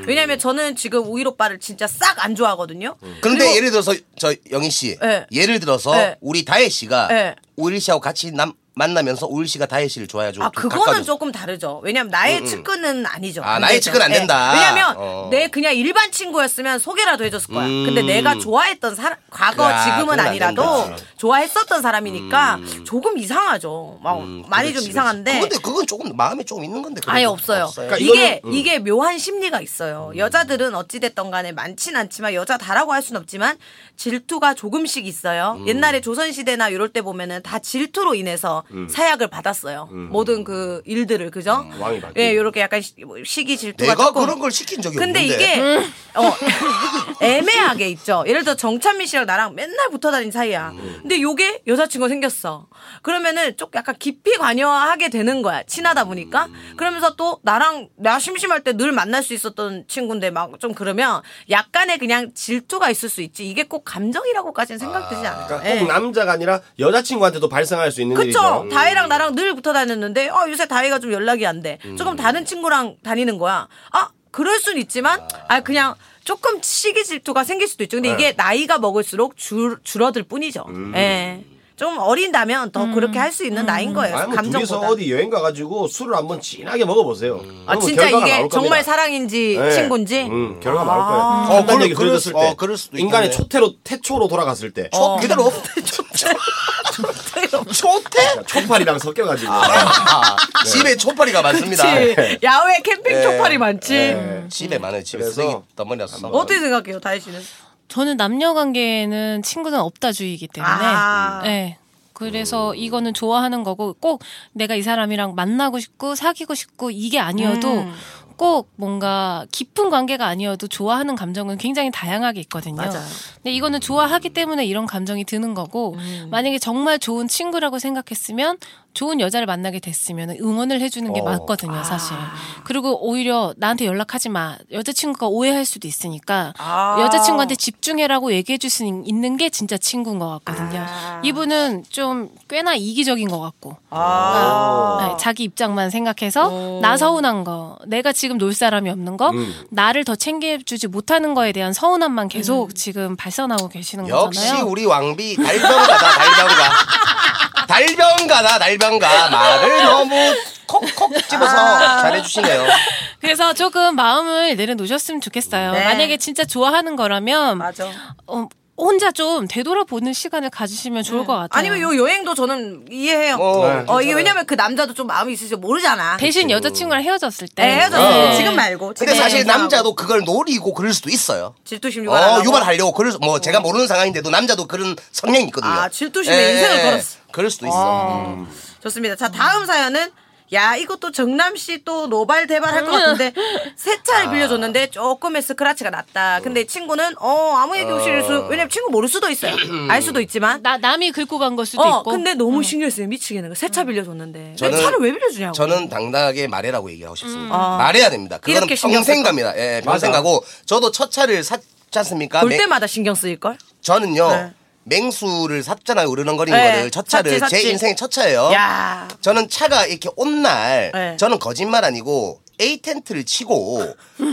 B: 왜냐하면 저는 지금 우일 오빠를 진짜 싹 안 좋아하거든요.
C: 그런데
B: 그리고-
C: 예를 들어서 저 영희 씨
B: 네.
C: 예를 들어서
B: 네.
C: 우리 다혜 씨가
B: 네.
C: 우일 씨하고 같이 남- 만나면서 우일 씨가 다혜 씨를 좋아해가지고
B: 아,
C: 좀
B: 그거는
C: 깎아줘. 음,
B: 조금 다르죠. 왜냐면 나의 측근은 아니죠.
C: 아,
B: 안
C: 나의
B: 되죠.
C: 측근 안
B: 예.
C: 된다.
B: 왜냐면
C: 어.
B: 내 그냥 일반 친구였으면 소개라도 해줬을 거야.
C: 음.
B: 근데 내가 좋아했던 사람, 과거
C: 야,
B: 지금은
C: 그건 안
B: 아니라도
C: 된다. 음.
B: 좋아했었던 사람이니까 조금 이상하죠. 막 많이
C: 그렇지,
B: 좀 이상한데.
C: 그렇지. 근데 그건 조금 마음에 조금 있는 건데. 그래도
B: 아예 없어요.
D: 그러니까
B: 이게
D: 이거는, 음.
B: 이게 묘한 심리가 있어요. 여자들은 어찌 됐던 간에 많진 않지만 여자다라고 할 수는 없지만 질투가 조금씩 있어요. 옛날에 조선 시대나 이럴 때 보면은 다 질투로 인해서 사약을 받았어요. 모든 그 일들을 그죠?
D: 왕이 받기.
B: 예, 요렇게 약간 시- 시기 질투가
C: 내가
B: 조금
C: 그런 걸 시킨 적이
B: 근데
C: 없는데.
B: 이게 어, 애매하게 있죠. 예를 들어 정찬민 씨랑 나랑 맨날 붙어 다닌 사이야. 근데 요게 여자친구 생겼어. 그러면은 좀 약간 깊이 관여하게 되는 거야. 친하다 보니까. 그러면서 또 나랑 나 심심할 때 늘 만날 수 있었던 친구인데 막 좀 그러면 약간의 그냥 질투가 있을 수 있지. 이게 꼭 감정이라고까지는 생각되지 않아요.
D: 그러니까
B: 예.
D: 꼭 남자가 아니라 여자친구한테도 발생할 수 있는
B: 그쵸.
D: 일이죠.
B: 다혜랑 나랑 늘 붙어 다녔는데, 어, 요새 다혜가 좀 연락이 안 돼.
D: 음.
B: 조금 다른 친구랑 다니는 거야. 아, 그럴 순 있지만, 아, 그냥 조금 시기 질투가 생길 수도 있죠. 근데
D: 네.
B: 이게 나이가 먹을수록 줄, 줄어들 뿐이죠.
D: 음.
B: 예. 좀 어린다면 더 그렇게 할 수 있는 나이인 거예요.
D: 아니 뭐 둘이서
B: 네. 감정보다.
D: 어디 여행 가가지고 술을 한번 진하게 먹어보세요.
B: 아,
D: 그러면
B: 진짜
D: 결과가
B: 이게
D: 나올 겁니다.
B: 정말 사랑인지
D: 네.
B: 친구인지. 아.
D: 음, 결과 나올 거예요.
C: 어, 그럴-
D: 한단 얘기
C: 그럴 수-
D: 들었을 때
C: 어, 그럴 수도
D: 인간의
C: 있겠네.
D: 초태로 태초로 돌아갔을 때
C: 초
B: 어.
C: 그대로 초태 초태
D: 초팔이랑 섞여가지고
C: 아. 집에 초파리가 많습니다.
B: 네.
D: 아, 네.
B: 그치. 야외 캠핑 쪽팔이 많지.
C: 집에 많아요. 집에
D: 그래서
C: 쓰레기 덩어리가 써.
B: 어떻게 생각해요, 다혜 씨는?
A: 저는 남녀 관계에는 친구는 없다 주의이기 때문에.
B: 아.
A: 네. 그래서 이거는 좋아하는 거고 꼭 내가 이 사람이랑 만나고 싶고 사귀고 싶고 이게 아니어도
B: 음.
A: 꼭 뭔가 깊은 관계가 아니어도 좋아하는 감정은 굉장히 다양하게 있거든요.
B: 맞아요.
A: 근데 이거는 좋아하기 때문에 이런 감정이 드는 거고
B: 음.
A: 만약에 정말 좋은 친구라고 생각했으면 좋은 여자를 만나게 됐으면 응원을 해주는 게
D: 어.
A: 맞거든요, 사실.
B: 아.
A: 그리고 오히려 나한테 연락하지 마. 여자친구가 오해할 수도 있으니까
B: 아.
A: 여자친구한테 집중해라고 얘기해 줄 수 있는 게 진짜 친구인 것 같거든요. 이분은 좀 꽤나 이기적인 것 같고
B: 아.
A: 네, 자기 입장만 생각해서 나 서운한 거, 내가 지금 놀 사람이 없는 거,
B: 음.
A: 나를 더 챙겨주지 못하는 거에 대한 서운함만
B: 음.
A: 계속 지금 발산하고 계시는
C: 역시
A: 거잖아요.
C: 우리 왕비 달병가다 달병가. 달병가다 달병가 말을 너무 콕콕 집어서
B: 아.
C: 잘해주시네요.
A: 그래서 조금 마음을 내려놓으셨으면 좋겠어요.
B: 네.
A: 만약에 진짜 좋아하는 거라면
B: 맞아.
A: 어, 혼자 좀 되돌아보는 시간을 가지시면 좋을 것 같아요.
B: 음. 아니면 요 여행도 저는 이해해요.
C: 어,
B: 어, 이게 왜냐면 그 남자도 좀 마음이 있을지 모르잖아.
A: 대신 여자친구랑 헤어졌을 때
B: 예, 그렇죠. 헤어졌어요.
A: 네.
B: 지금 말고.
C: 근데
B: 지금
C: 사실
B: 얘기하고.
C: 남자도 그걸 노리고 그럴 수도 있어요.
B: 질투심
C: 어,
B: 유발하고.
C: 유발하려고 그럴 수, 뭐 제가 모르는 상황인데도 남자도 그런 성향이 있거든요. 예,
B: 아, 질투심에 인생을 걸었어.
C: 그럴 수도 있어. 음.
B: 어, 좋습니다. 자, 다음 사연은 야, 이것도 정남 씨 또 노발 대발 할 것 같은데 새
C: 아.
B: 차를 빌려줬는데 조금의 스크라치가 났다. 근데 친구는 어, 아무 얘기 없이 이럴 수 왜냐면 친구 모를 수도 있어요. 알 수도 있지만.
A: 나 남이 긁고 간 걸 수도
B: 어,
A: 있고. 음.
B: 근데 너무 신경 쓰여 미치겠는 거. 새 차 빌려줬는데.
C: 저는-
B: 차를 왜 빌려주냐고.
C: 저는 당당하게 말해라고 얘기하고 싶습니다.
B: 네. 아.
C: 말해야 됩니다. 그거는
B: 이렇게 신경
C: 평생 갑니다. 예, 평생
D: 맞아.
C: 가고 저도 첫 차를 샀지 않습니까?
B: 볼
C: 맥-
B: 때마다 신경 쓰일 걸.
C: 저는요.
B: 네.
C: 맹수를 샀잖아요. 우르렁거리는
B: 네.
C: 거를 첫
B: 샀지,
C: 차를
B: 샀지.
C: 어? 제 인생의 첫 차예요.
B: 야.
C: 저는 차가 이렇게 온 날
B: 네.
C: 저는 거짓말 아니고 A 텐트를 치고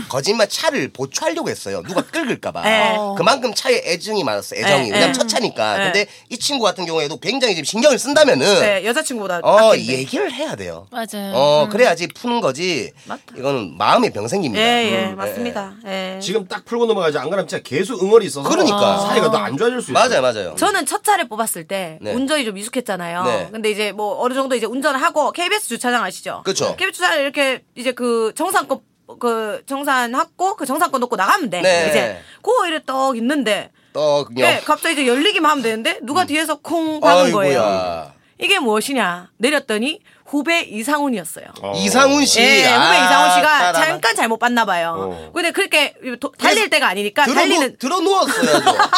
C: 거짓말 차를 보초하려고 했어요. 누가 긁을까봐.
B: 네.
C: 그만큼 차에 애증이 많았어. 애정이.
B: 네,
C: 왜냐면
B: 네.
C: 첫 차니까.
B: 네.
C: 근데 이 친구 같은 경우에도 굉장히 지금 신경을 쓴다면은
B: 네, 여자친구보다
C: 어
B: 아낀대.
C: 얘기를 해야 돼요.
A: 맞아요.
C: 어
B: 음.
C: 그래야지 푸는 거지. 이거는 마음의 병생입니다.
B: 예, 예,
C: 음,
B: 맞습니다. 예.
D: 네. 지금 딱 풀고 넘어가지 안 그러면 진짜 계속 응어리 있어서
C: 그러니까.
D: 사이가 더 안 좋아질 수 있어요.
C: 맞아요, 맞아요.
B: 저는 첫 차를 뽑았을 때
C: 네.
B: 운전이 좀 미숙했잖아요.
C: 네.
B: 근데 이제 뭐 어느 정도 이제 운전을 하고 KBS 주차장 아시죠?
C: 그쵸.
B: KBS 주차장 이렇게 이제 그 정상권 그 정산 했고 그 정상권 놓고 나가면 돼.
C: 네.
B: 이제 고 이래 떡 있는데
C: 또 그냥
B: 예, 갑자기 이제 열리기만 하면 되는데 누가
C: 음.
B: 뒤에서 콩 박은 거예요. 이게 무엇이냐 내렸더니 후배 이상훈이었어요.
D: 어.
C: 이상훈 씨.
B: 예, 후배
C: 아,
B: 이상훈 씨가
C: 따라가.
B: 잠깐 잘못 봤나 봐요.
D: 어.
B: 근데 그렇게 도- 달릴 때가 아니니까
C: 들어,
B: 달리는
C: 들어 누웠어요. 아,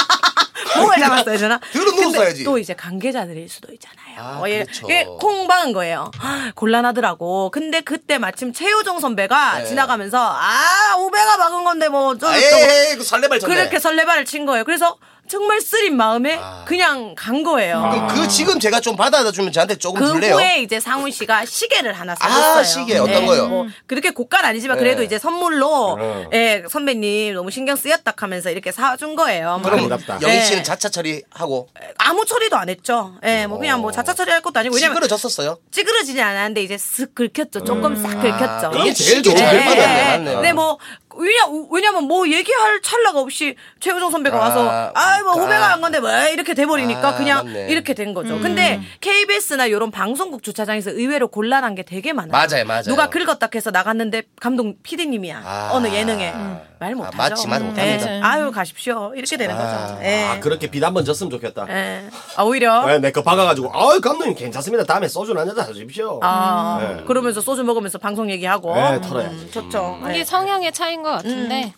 B: 공을 잡았어요, 저는.
C: 들어 누웠어야지.
B: 또 이제 관계자들일 수도 있잖아요.
C: 아,
B: 어, 예,
C: 그렇죠.
B: 예, 콩 박은 거예요. 아, 곤란하더라고. 근데 그때 마침 최효정 선배가
C: 네.
B: 지나가면서 아, 오배가 박은 건데 뭐 저기 또
C: 에이, 그 설레발 쳤네.
B: 그렇게 설레발을 친 거예요. 그래서 정말 쓰린 마음에 그냥 간 거예요.
D: 아.
C: 아. 그럼 그 지금 제가 좀 받아다 주면 저한테 조금
B: 그
C: 줄래요?
B: 후에 이제 상훈 씨가 시계를 하나 사줬어요.
C: 아, 시계. 어떤 거요?
B: 뭐 그렇게 고가는 아니지만 그래도
C: 네.
B: 이제 선물로
D: 음.
B: 예, 선배님 너무 신경 쓰였다 하면서 이렇게 사준 거예요. 막
C: 그럼
D: 아름답다.
C: 영희
B: 네.
C: 씨는 자차 처리하고
B: 아무 처리도 안 했죠. 예, 뭐 그냥 뭐 자차 처리할 것도 아니고 왜냐면
C: 어. 찌그러졌었어요.
B: 찌그러지지 않았는데 이제 쓱 긁혔죠. 조금 싹
C: 아,
B: 긁혔죠.
C: 그게 제일
D: 시계
C: 좋은
D: 잘
B: 예,
D: 받아야 돼,
B: 예.
C: 받아야
D: 맞네.
B: 근데 뭐 왜냐 왜냐면 뭐 얘기할 찰나가 없이 최우정 선배가 와서 아이 뭐
C: 그러니까.
B: 후배가 한 건데 뭐 이렇게 돼버리니까
C: 아,
B: 그냥
C: 맞네.
B: 이렇게 된 거죠. 근데 KBS나 이런 방송국 주차장에서 의외로 곤란한 게 되게 많아요.
C: 맞아요, 맞아요.
B: 누가 긁었다 해서 나갔는데 감독 PD님이야
C: 아.
B: 어느 예능에
C: 음.
B: 말 못하죠.
C: 아, 맞지, 말 못합니다.
B: 예. 아유 가십시오 이렇게 되는 거죠. 예.
D: 아 그렇게 빚 한 번 졌으면 좋겠다.
B: 예. 아, 오히려
D: 내거 박아가지고 아 감독님 괜찮습니다. 다음에 소주 한 잔 사주십시오.
B: 아,
D: 네.
B: 그러면서 소주 먹으면서 방송 얘기하고.
D: 네, 털어야지.
B: 음, 좋죠.
A: 이게
B: 네.
A: 성향의 차이인 것 같은데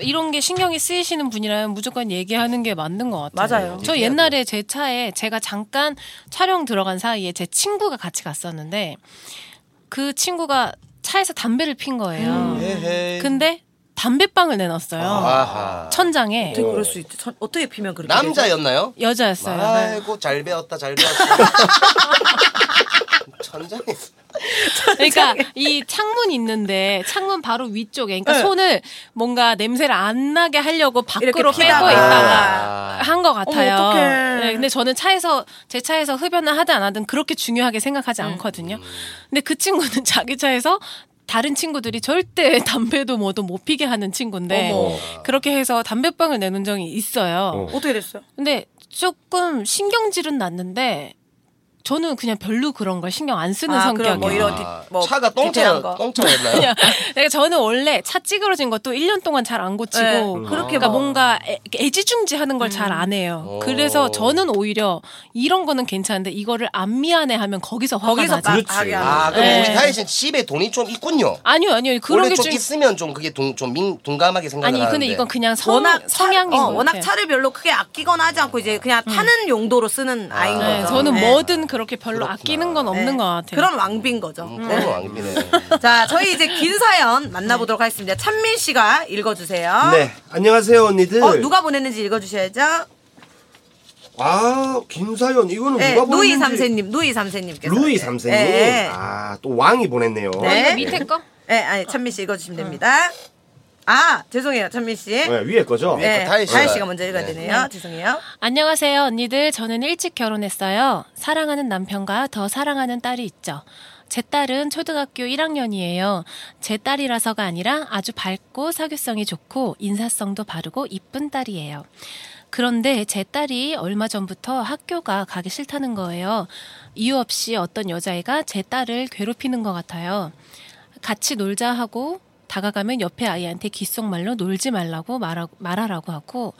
A: 이런 게 신경이 쓰이시는 분이라면 무조건 얘기하는 게 맞는 것 같아요.
B: 맞아요.
A: 저 옛날에 제 차에 제가 잠깐 촬영 들어간 사이에 제 친구가 같이 갔었는데 그 친구가 차에서 담배를 핀 거예요.
B: 그
C: 에헤이.
A: 근데 담배빵을 내놨어요.
C: 음. 아하.
A: 천장에
B: 어떻게 그럴 수 있지? 전- 어떻게 피면 그렇게 되죠?
C: 남자였나요?
A: 여자였어요.
C: 아이고 잘 배웠다 잘 배웠어. 천장에
A: 그러니까 이 창문 있는데 창문 바로 위쪽에
B: 네.
A: 그러니까 손을 뭔가 냄새를 안 나게 하려고 밖으로 빼고
B: 피다가.
C: 아.
A: 있다가 한 것 같아요.
B: 어머, 어떡해.
A: 네, 근데 저는 차에서 제 차에서 흡연을 하든 안 하든 그렇게 중요하게 생각하지
B: 음.
A: 않거든요. 근데 그 친구는 자기 차에서 다른 친구들이 절대 담배도 뭐도 못 피게 하는 친구인데
B: 어머.
A: 그렇게 해서 담배빵을 내놓은 적이 있어요.
B: 어떻게 됐어요?
A: 근데 조금 신경질은 났는데 저는 그냥 별로 그런 걸 신경 안 쓰는
B: 아,
A: 성격이에요.
B: 그럼 뭐 이런
C: 아,
B: 뒷- 뭐
C: 차가
B: 디테일한
C: 똥차
B: 거.
C: 똥차였나요?
A: 그냥 내가 그러니까 저는 원래 차 찌그러진 것도 1년 동안 잘 안 고치고
B: 네, 그렇게
A: 그렇게 그러니까
B: 뭐.
A: 뭔가 애, 애지중지 하는 걸 잘 안 해요. 그래서 저는 오히려 이런 거는 괜찮은데 이거를 안 미안해 하면 거기서 화가
B: 거기서
A: 나죠.
D: 그렇지.
B: 빡하게 하는
C: 아 그럼
A: 네.
C: 우리 다혜 씨는 집에 돈이 좀 있군요.
A: 아니요, 아니요. 그런
C: 원래
A: 게
C: 좀
A: 좀
C: 있으면 좀 그게 동, 좀 민, 둔감하게 생각을
A: 아니
C: 하는데.
A: 근데 이건 그냥 성,
B: 워낙 차-
A: 성향인
B: 어,
A: 것
B: 워낙
A: 같아요. 음.
B: 차를 별로 크게 아끼거나 하지 않고 이제 그냥 타는 용도로 쓰는 아이인
A: 네,
B: 거죠.
A: 저는
B: 네.
A: 뭐든 그렇게 별로 아끼는 건 없는
B: 네.
A: 것 같아요.
B: 그런 왕비인 거죠.
C: 음,
B: 네.
C: 그건 왕비네.
B: 자, 저희 이제 긴 사연 만나보도록 하겠습니다. 찬민 씨가 읽어주세요.
D: 네 안녕하세요 언니들.
B: 어, 누가 보냈는지 읽어주셔야죠.
D: 아긴 사연 이거는
B: 네,
D: 누가 보냈는지.
B: 누이 삼세님, 누이 삼세님께서.
D: 루이 삼세님.
B: 네.
D: 아또 왕이 보냈네요.
A: 아,
B: 네.
A: 이거 밑에 거?
B: 네, 아니 찬민 씨 읽어주시면 됩니다. 아 죄송해요 찬민 씨.
D: 네, 위에 거죠.
C: 네.
B: 네,
C: 그 다혜 씨가-
B: 다혜 씨가 먼저 읽어야 되네요. 죄송해요.
A: 안녕하세요, 언니들. 저는 일찍 결혼했어요. 사랑하는 남편과 더 사랑하는 딸이 있죠. 제 딸은 초등학교 1학년이에요. 제 딸이라서가 아니라 아주 밝고 사교성이 좋고 인사성도 바르고 이쁜 딸이에요. 그런데 제 딸이 얼마 전부터 학교가 가기 싫다는 거예요. 이유 없이 어떤 여자애가 제 딸을 괴롭히는 것 같아요. 같이 놀자 하고 다가가면 옆에 아이한테 귓속말로 놀지 말라고 말하, 말하라고 하고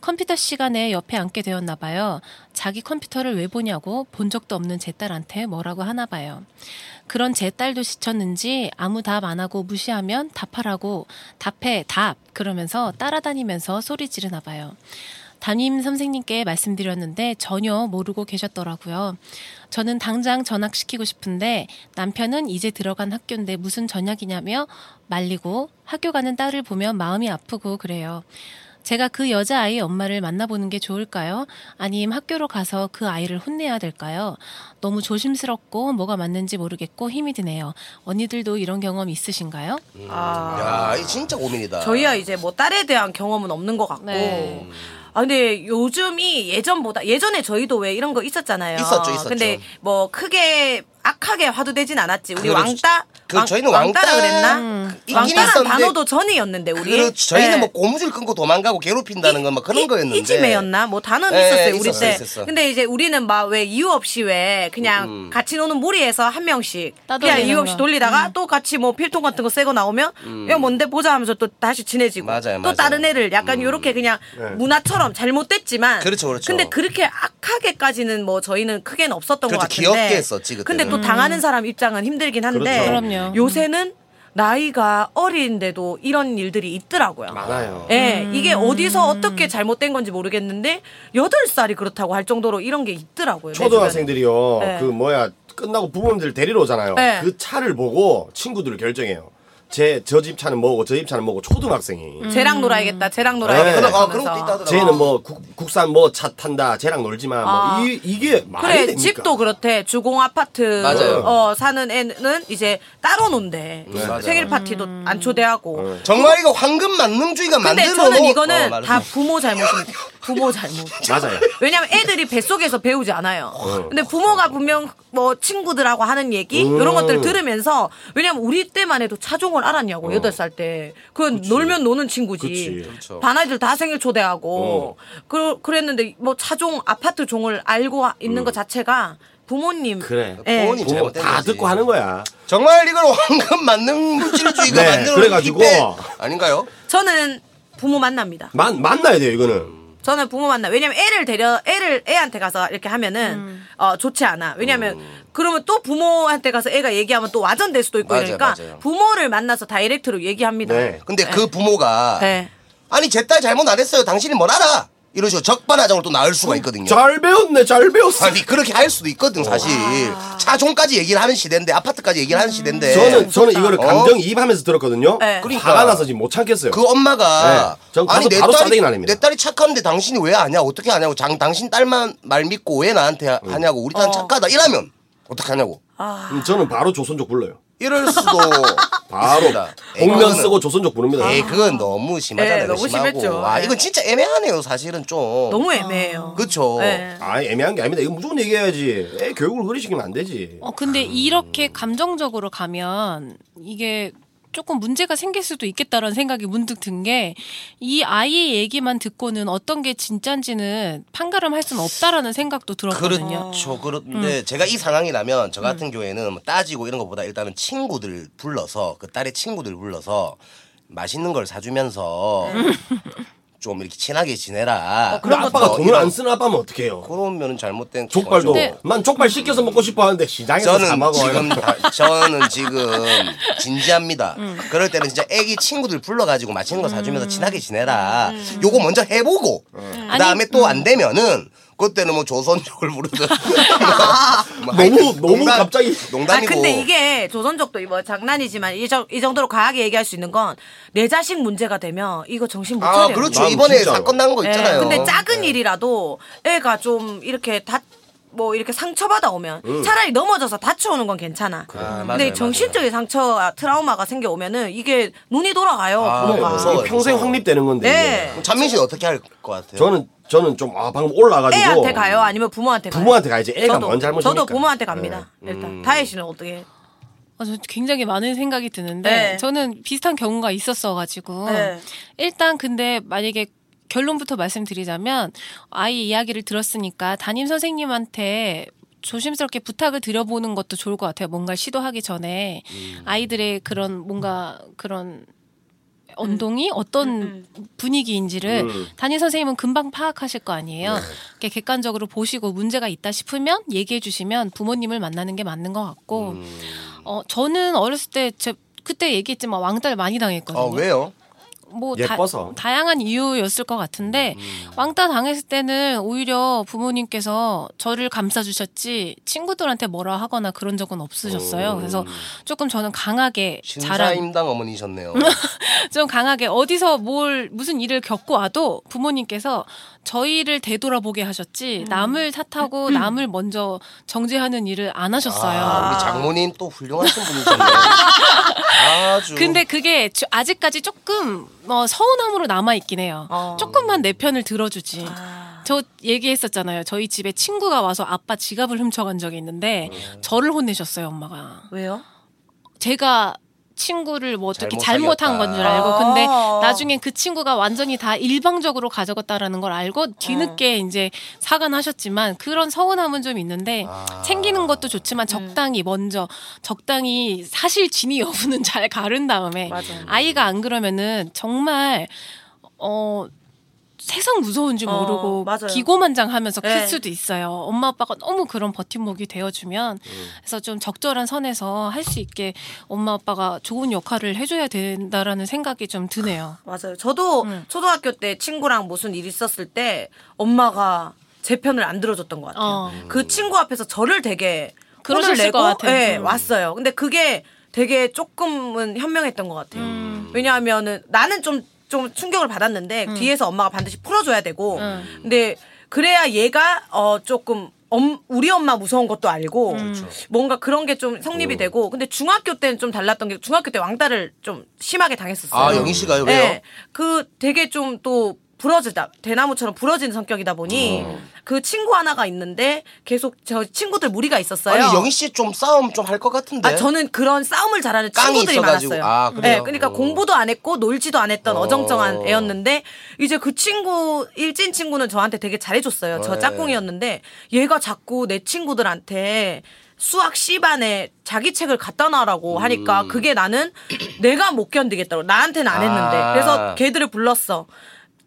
A: 컴퓨터 시간에 옆에 앉게 되었나 봐요. 자기 컴퓨터를 왜 보냐고 본 적도 없는 제 딸한테 뭐라고 하나 봐요. 그런 제 딸도 지쳤는지 아무 답 안 하고 무시하면 답하라고 답해 답 그러면서 따라다니면서 소리 지르나 봐요. 담임 선생님께 말씀드렸는데 전혀 모르고 계셨더라고요. 저는 당장 전학시키고 싶은데 남편은 이제 들어간 학교인데 무슨 전학이냐며 말리고 학교 가는 딸을 보면 마음이 아프고 그래요. 제가 그 여자아이 엄마를 만나보는 게 좋을까요? 아님 학교로 가서 그 아이를 혼내야 될까요? 너무 조심스럽고 뭐가 맞는지 모르겠고 힘이 드네요. 언니들도 이런 경험 있으신가요?
C: 음. 야, 이 진짜 고민이다.
B: 아, 저희야 이제 뭐 딸에 대한 경험은 없는 것 같고.
A: 네.
B: 아 근데 요즘이 예전보다 예전에 저희도 왜 이런 거 있었잖아요.
C: 있었죠, 있었죠.
B: 근데 뭐 크게 악하게 화도 되진 않았지. 우리
C: 그렇지.
B: 왕따
C: 그 저희는
B: 왕따라
C: 왕따-
B: 그랬나?
C: 있긴
B: 왕따란
C: 있었는데
B: 단어도 전이었는데 우리.
C: 그 저희는
B: 네.
C: 뭐 고무줄 끊고 도망가고 괴롭힌다는 건 막 그런
B: 이-
C: 거였는데.
B: 이지매였나? 뭐 단어는
C: 예,
B: 있었어요
C: 예,
B: 우리
C: 있었어,
B: 때.
C: 있었어. 음,
B: 근데 이제 우리는 막 왜 이유 없이 왜 그냥 같이 노는 무리에서 한 명씩 그냥
A: 따돌리는
B: 이유 없이
A: 거. 음.
B: 돌리다가 또 같이 뭐 필통 같은 거 새거 나오면 야 뭔데 보자 하면서 또 다시 친해지고
C: 음. 맞아요,
B: 또
C: 맞아요.
B: 다른 애를 약간 요렇게 그냥 문화처럼 잘못됐지만.
C: 그렇죠, 그렇죠.
B: 근데 그렇게 악하게까지는 뭐 저희는 크게는 없었던
C: 그렇죠,
B: 것 같은데.
C: 귀엽게 했었지, 그때는.
B: 근데 또 당하는 사람 입장은 힘들긴 한데.
D: 그렇죠.
A: 음. 그럼요.
B: 요새는 나이가 어린데도 이런 일들이 있더라고요.
D: 많아요.
B: 예,
C: 음.
B: 이게 어디서 어떻게 잘못된 건지 모르겠는데 여덟 살이 그렇다고 할 정도로 이런 게 있더라고요. 내
D: 초등학생들이요.
B: 네.
D: 그 뭐야 끝나고 부모님들 데리러 오잖아요.
B: 네.
D: 그 차를 보고 친구들을 결정해요. 제 저 집 차는 뭐고 저 집 차는 뭐고
C: 음.
D: 초등학생이.
B: 주변에. 쟤랑 놀아야겠다. 쟤랑
D: 네.
B: 놀아야겠다.
D: 그런-
C: 아,
B: 그러면서.
C: 그런 것도 있다 하더라고.
D: 쟤는 뭐 국, 산 뭐 차 탄다. 쟤랑 놀지만
B: 아.
D: 뭐 이, 이게 말이
B: 그래
D: 됩니까?
B: 집도 그렇대 주공 아파트
C: 맞아요.
B: 어, 사는 애는 이제 따로 논대
C: 네, 맞아요.
B: 생일 파티도 안 초대하고
C: 정말 이거 황금 만능주의가
B: 근데
C: 만들어
B: 저는
C: 놓은-
B: 이거는
C: 어,
B: 다
C: 말해서.
B: 부모 잘못입니다 부모 잘못
D: 맞아요.
B: 왜냐면 애들이 뱃속에서 배우지 않아요. 근데 부모가 분명 뭐 친구들하고 하는 얘기
D: 어. 음.
B: 이런 것들 들으면서 왜냐면 우리 때만 해도 차종을 알았냐고 여덟 살 때. 그건 놀면 노는
D: 어. 그치. 어.
B: 친구지.
C: 그렇죠.
B: 반아이들 다 생일 초대하고 그, 그랬는데 뭐 차종 아파트 종을 알고 있는 것 자체가 부모님
D: 음. 그래.
B: 예.
C: 부모님
D: 부모
C: 잘못된
D: 다
C: 거지.
D: 듣고 하는 거야.
C: 정말 이걸 황금 만능 물질주의가
D: 네,
C: 만들어
D: 그래가지고.
C: 아닌가요?
B: 저는 부모 만납니다.
D: 만 만나야 돼요 이거는.
C: 음.
B: 저는 부모 만나. 왜냐면 애를 데려 애를 애한테 가서 이렇게 하면은
C: 음.
B: 어 좋지 않아. 왜냐면 그러면 또 부모한테 가서 애가 얘기하면 또 와전될 수도 있고
C: 맞아요,
B: 이러니까
C: 맞아요.
B: 부모를 만나서 다이렉트로 얘기합니다.
D: 네.
C: 근데 그 부모가
B: 네.
C: 아니 제 딸 잘못 안 했어요. 당신이 뭘 알아? 이러죠. 적반하장으로 또 나을 수가 있거든요.
D: 잘 배웠네. 잘 배웠어.
C: 아니 그렇게 할 수도
B: 어.
C: 있거든 사실.
B: 아.
C: 차종까지 얘기를 하는 시대인데 아파트까지 얘기를
B: 음.
C: 하는 시대인데.
D: 저는 저는 이거를
C: 어?
D: 감정 이입하면서 들었거든요.
B: 네.
C: 그러니까.
D: 화가 나서 지금 못 참겠어요.
C: 그 엄마가
D: 네, 저 가서 바로 싸대기
C: 딸이
D: 날립니다.
C: 내 딸이 착한데 당신이 왜 아냐 어떻게 아냐고 장 당신 딸만 말 믿고 왜 나한테 하- 하냐고 우리
B: 어.
C: 딸 착하다 이러면 어떻게 하냐고
D: 음, 저는 바로 조선족 불러요.
C: 이럴 수도
D: 바로
C: 있습니다. 에이,
D: 복면
C: 그거는- 예,
D: 쓰고 조선족 부릅니다.
C: 에이 그건 너무 심하잖아요.
B: 네, 너무
C: 심하고.
B: 심했죠.
C: 아
B: 네.
C: 이건 진짜 애매하네요 사실은 좀.
B: 너무 애매해요.
C: 그쵸.
B: 네.
D: 아 애매한 게 아닙니다. 이거 무조건 얘기해야지. 애 교육을 그리시키면 안 되지.
A: 어, 근데 이렇게 감정적으로 가면 이게 조금 문제가 생길 수도 있겠다라는 생각이 문득 든 게 이 아이의 얘기만 듣고는 어떤 게 진짠지는 판가름할 수는 없다라는 생각도 들었거든요.
C: 그렇죠. 그런데 제가 이 상황이라면 저 같은 경우에는 뭐 따지고 이런 것보다 일단은 친구들 불러서 그 딸의 친구들 불러서 맛있는 걸 사주면서 좀 이렇게 친하게 지내라.
D: 근데 아빠가
C: 뭐
D: 돈을
C: 이런-
D: 안 쓰는 아빠면 어떻게 해요?
C: 그러면은 잘못된
D: 족발도
B: 네.
A: 근데-
D: 난 족발 시켜서 먹고 싶어 하는데 시장에서 사
C: 저는
D: 먹어요. 네,
C: 지금 다- 저는 지금 진지합니다. 그럴 때는 진짜 애기 친구들 불러가지고 맛있는 거 사주면서 친하게 지내라. 요거 먼저 해보고 그다음에 또 안 되면은 그때는 뭐 조선족을 부르든 뭐
D: 너무-
C: 하여튼
D: 너무 갑자기.
B: 아
C: 농담이고.
B: 근데 이게 조선족도 뭐 장난이지만 이, 정, 이 정도로 과하게 얘기할 수 있는 건 내 자식 문제가 되면 이거 정신 못 차려요.
C: 아 그렇죠
D: 마음
C: 이번에
D: 진짜요.
C: 사건 난 거
B: 예,
C: 있잖아요. 네.
B: 근데 작은 일이라도 애가 좀 이렇게 다 뭐 이렇게 상처받아 오면 차라리 넘어져서 다쳐오는 건 괜찮아. 근데
C: 아, 맞아요,
B: 정신적인 상처 트라우마가 생겨 오면은 이게 눈이 돌아가요.
C: 아,
D: 네,
B: 부모가.
C: 무서워요.
D: 평생 확립되는 건데.
B: 네.
D: 이게.
C: 맞아요. 잔민 씨는 어떻게 할 것 같아요?
D: 저는 저는 좀 아 방금 올라가지고
B: 애한테 가요? 아니면 부모한테 가요?
D: 부모한테 가야지. 애가 뭔 잘못이니까.
B: 저도 부모한테 갑니다. 일단 다혜 씨는 어떻게?
A: 아, 저 굉장히 많은 생각이 드는데
B: 네.
A: 저는 비슷한 경우가 있었어가지고
B: 네.
A: 일단 근데 만약에 결론부터 말씀드리자면 아이 이야기를 들었으니까 담임 선생님한테 조심스럽게 부탁을 드려보는 것도 좋을 것 같아요. 뭔가 시도하기 전에 아이들의 그런 뭔가 그런 언동이 어떤 분위기인지를
C: 음.
A: 담임 선생님은 금방 파악하실 거 아니에요.
C: 네.
A: 이렇게 객관적으로 보시고 문제가 있다 싶으면 얘기해 주시면 부모님을 만나는 게 맞는 것 같고
C: 음.
A: 어 저는 어렸을 때 제 그때 얘기했지만 왕따를 많이 당했거든요.
C: 아 왜요?
A: 뭐
D: 예뻐서.
A: 다, 양한 이유였을 것 같은데
C: 음.
A: 왕따 당했을 때는 오히려 부모님께서 저를 감싸주셨지 친구들한테 뭐라 하거나 그런 적은 없으셨어요. 그래서 조금 저는 강하게 자란
C: 음. 신사임당 어머니셨네요.
A: 좀 강하게 어디서 뭘 무슨 일을 겪고 와도 부모님께서 저희를 되돌아보게 하셨지 남을 탓하고 남을 먼저 정죄하는 일을 안 하셨어요.
C: 아, 우리 장모님 또 훌륭하신 분이셨네요. 아주.
A: 근데 그게 저- 아직까지 조금 어, 서운함으로 남아 있긴 해요.
B: 어.
A: 조금만 내 편을 들어주지. 저 얘기했었잖아요. 저희 집에 친구가 와서 아빠 지갑을 훔쳐간 적이 있는데 저를 혼내셨어요, 엄마가.
B: 왜요?
A: 제가 친구를 뭐 어떻게
C: 잘못
A: 잘못한 건 줄
C: 사귀었다.
A: 알고 근데
B: 아.
A: 나중에 그 친구가 완전히 다 일방적으로 가져갔다라는 걸 알고 뒤늦게
B: 네.
A: 이제 사과는 하셨지만 그런 서운함은 좀 있는데
C: 아.
A: 챙기는 것도
B: 네.
A: 좋지만 적당히 먼저 적당히 사실 진위 여부는 잘 가른 다음에
B: 맞아.
A: 이가안 그러면은 정말 어 세상 무서운지
B: 어,
A: 모르고
B: 맞아요.
A: 기고만장하면서 클
B: 네.
A: 수도 있어요. 엄마 아빠가 너무 그런 버팀목이 되어주면 그래서 좀 적절한 선에서 할 수 있게 엄마 아빠가 좋은 역할을 해줘야 된다라는 생각이 좀 드네요.
B: 맞아요. 저도 초등학교 때 친구랑 무슨 일 있었을 때 엄마가 제 편을 안 들어줬던 것 같아요.
A: 어.
B: 그 친구 앞에서 저를 되게 혼을
A: 그러셨을
B: 내고
A: 것 같아요.
B: 예,
A: 음.
B: 왔어요. 근데 그게 되게 조금은 현명했던 것 같아요.
A: 음.
B: 왜냐하면은 나는 좀 좀 충격을 받았는데 뒤에서 엄마가 반드시 풀어줘야 되고
A: 음.
B: 근데 그래야 얘가 어 조금 엄, 우리 엄마 무서운 것도 알고
A: 음. 그렇죠.
B: 뭔가 그런 게 좀 성립이
C: 음.
B: 되고 근데 중학교 때는 좀 달랐던 게 중학교 때 왕따를 좀 심하게 당했었어요.
C: 아, 영희 씨가요? 왜요?
B: 네. 그 되게 좀 또 부러지다 대나무처럼 부러진 성격이다 보니
C: 어.
B: 그 친구 하나가 있는데 계속 저 친구들 무리가 있었어요.
C: 아니 영희 씨 좀 싸움 좀 할 것 같은데.
B: 아, 저는 그런 싸움을 잘하는
C: 깡이
B: 친구들이
C: 있어가지고.
B: 많았어요.
C: 아, 그래요?
B: 네, 그러니까 공부도 안 했고 놀지도 안 했던
C: 어.
B: 어정쩡한 애였는데 이제 그 친구 일진 친구는 저한테 되게 잘해줬어요. 저
C: 네.
B: 짝꿍이었는데 얘가 자꾸 내 친구들한테 수학 C반에 자기 책을 갖다 놔라고 하니까
C: 음.
B: 그게 나는 내가 못 견디겠다고 나한테는 안 했는데
C: 아.
B: 그래서 걔들을 불렀어.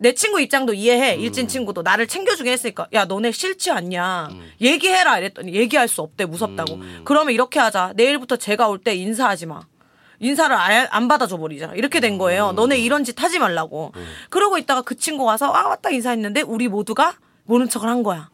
B: 내 친구 입장도 이해해
C: 음.
B: 일진 친구도 나를 챙겨주긴 했으니까 야 너네 싫지 않냐
C: 음.
B: 얘기해라 이랬더니 얘기할 수 없대 무섭다고 그러면 이렇게 하자 내일부터 제가 올 때 인사하지 마 인사를 아예 안 받아줘 버리자 이렇게 된
C: 음.
B: 거예요 너네 이런 짓 하지 말라고 그러고 있다가 그 친구 와서 아 왔다 인사했는데 우리 모두가 모른 척을 한 거야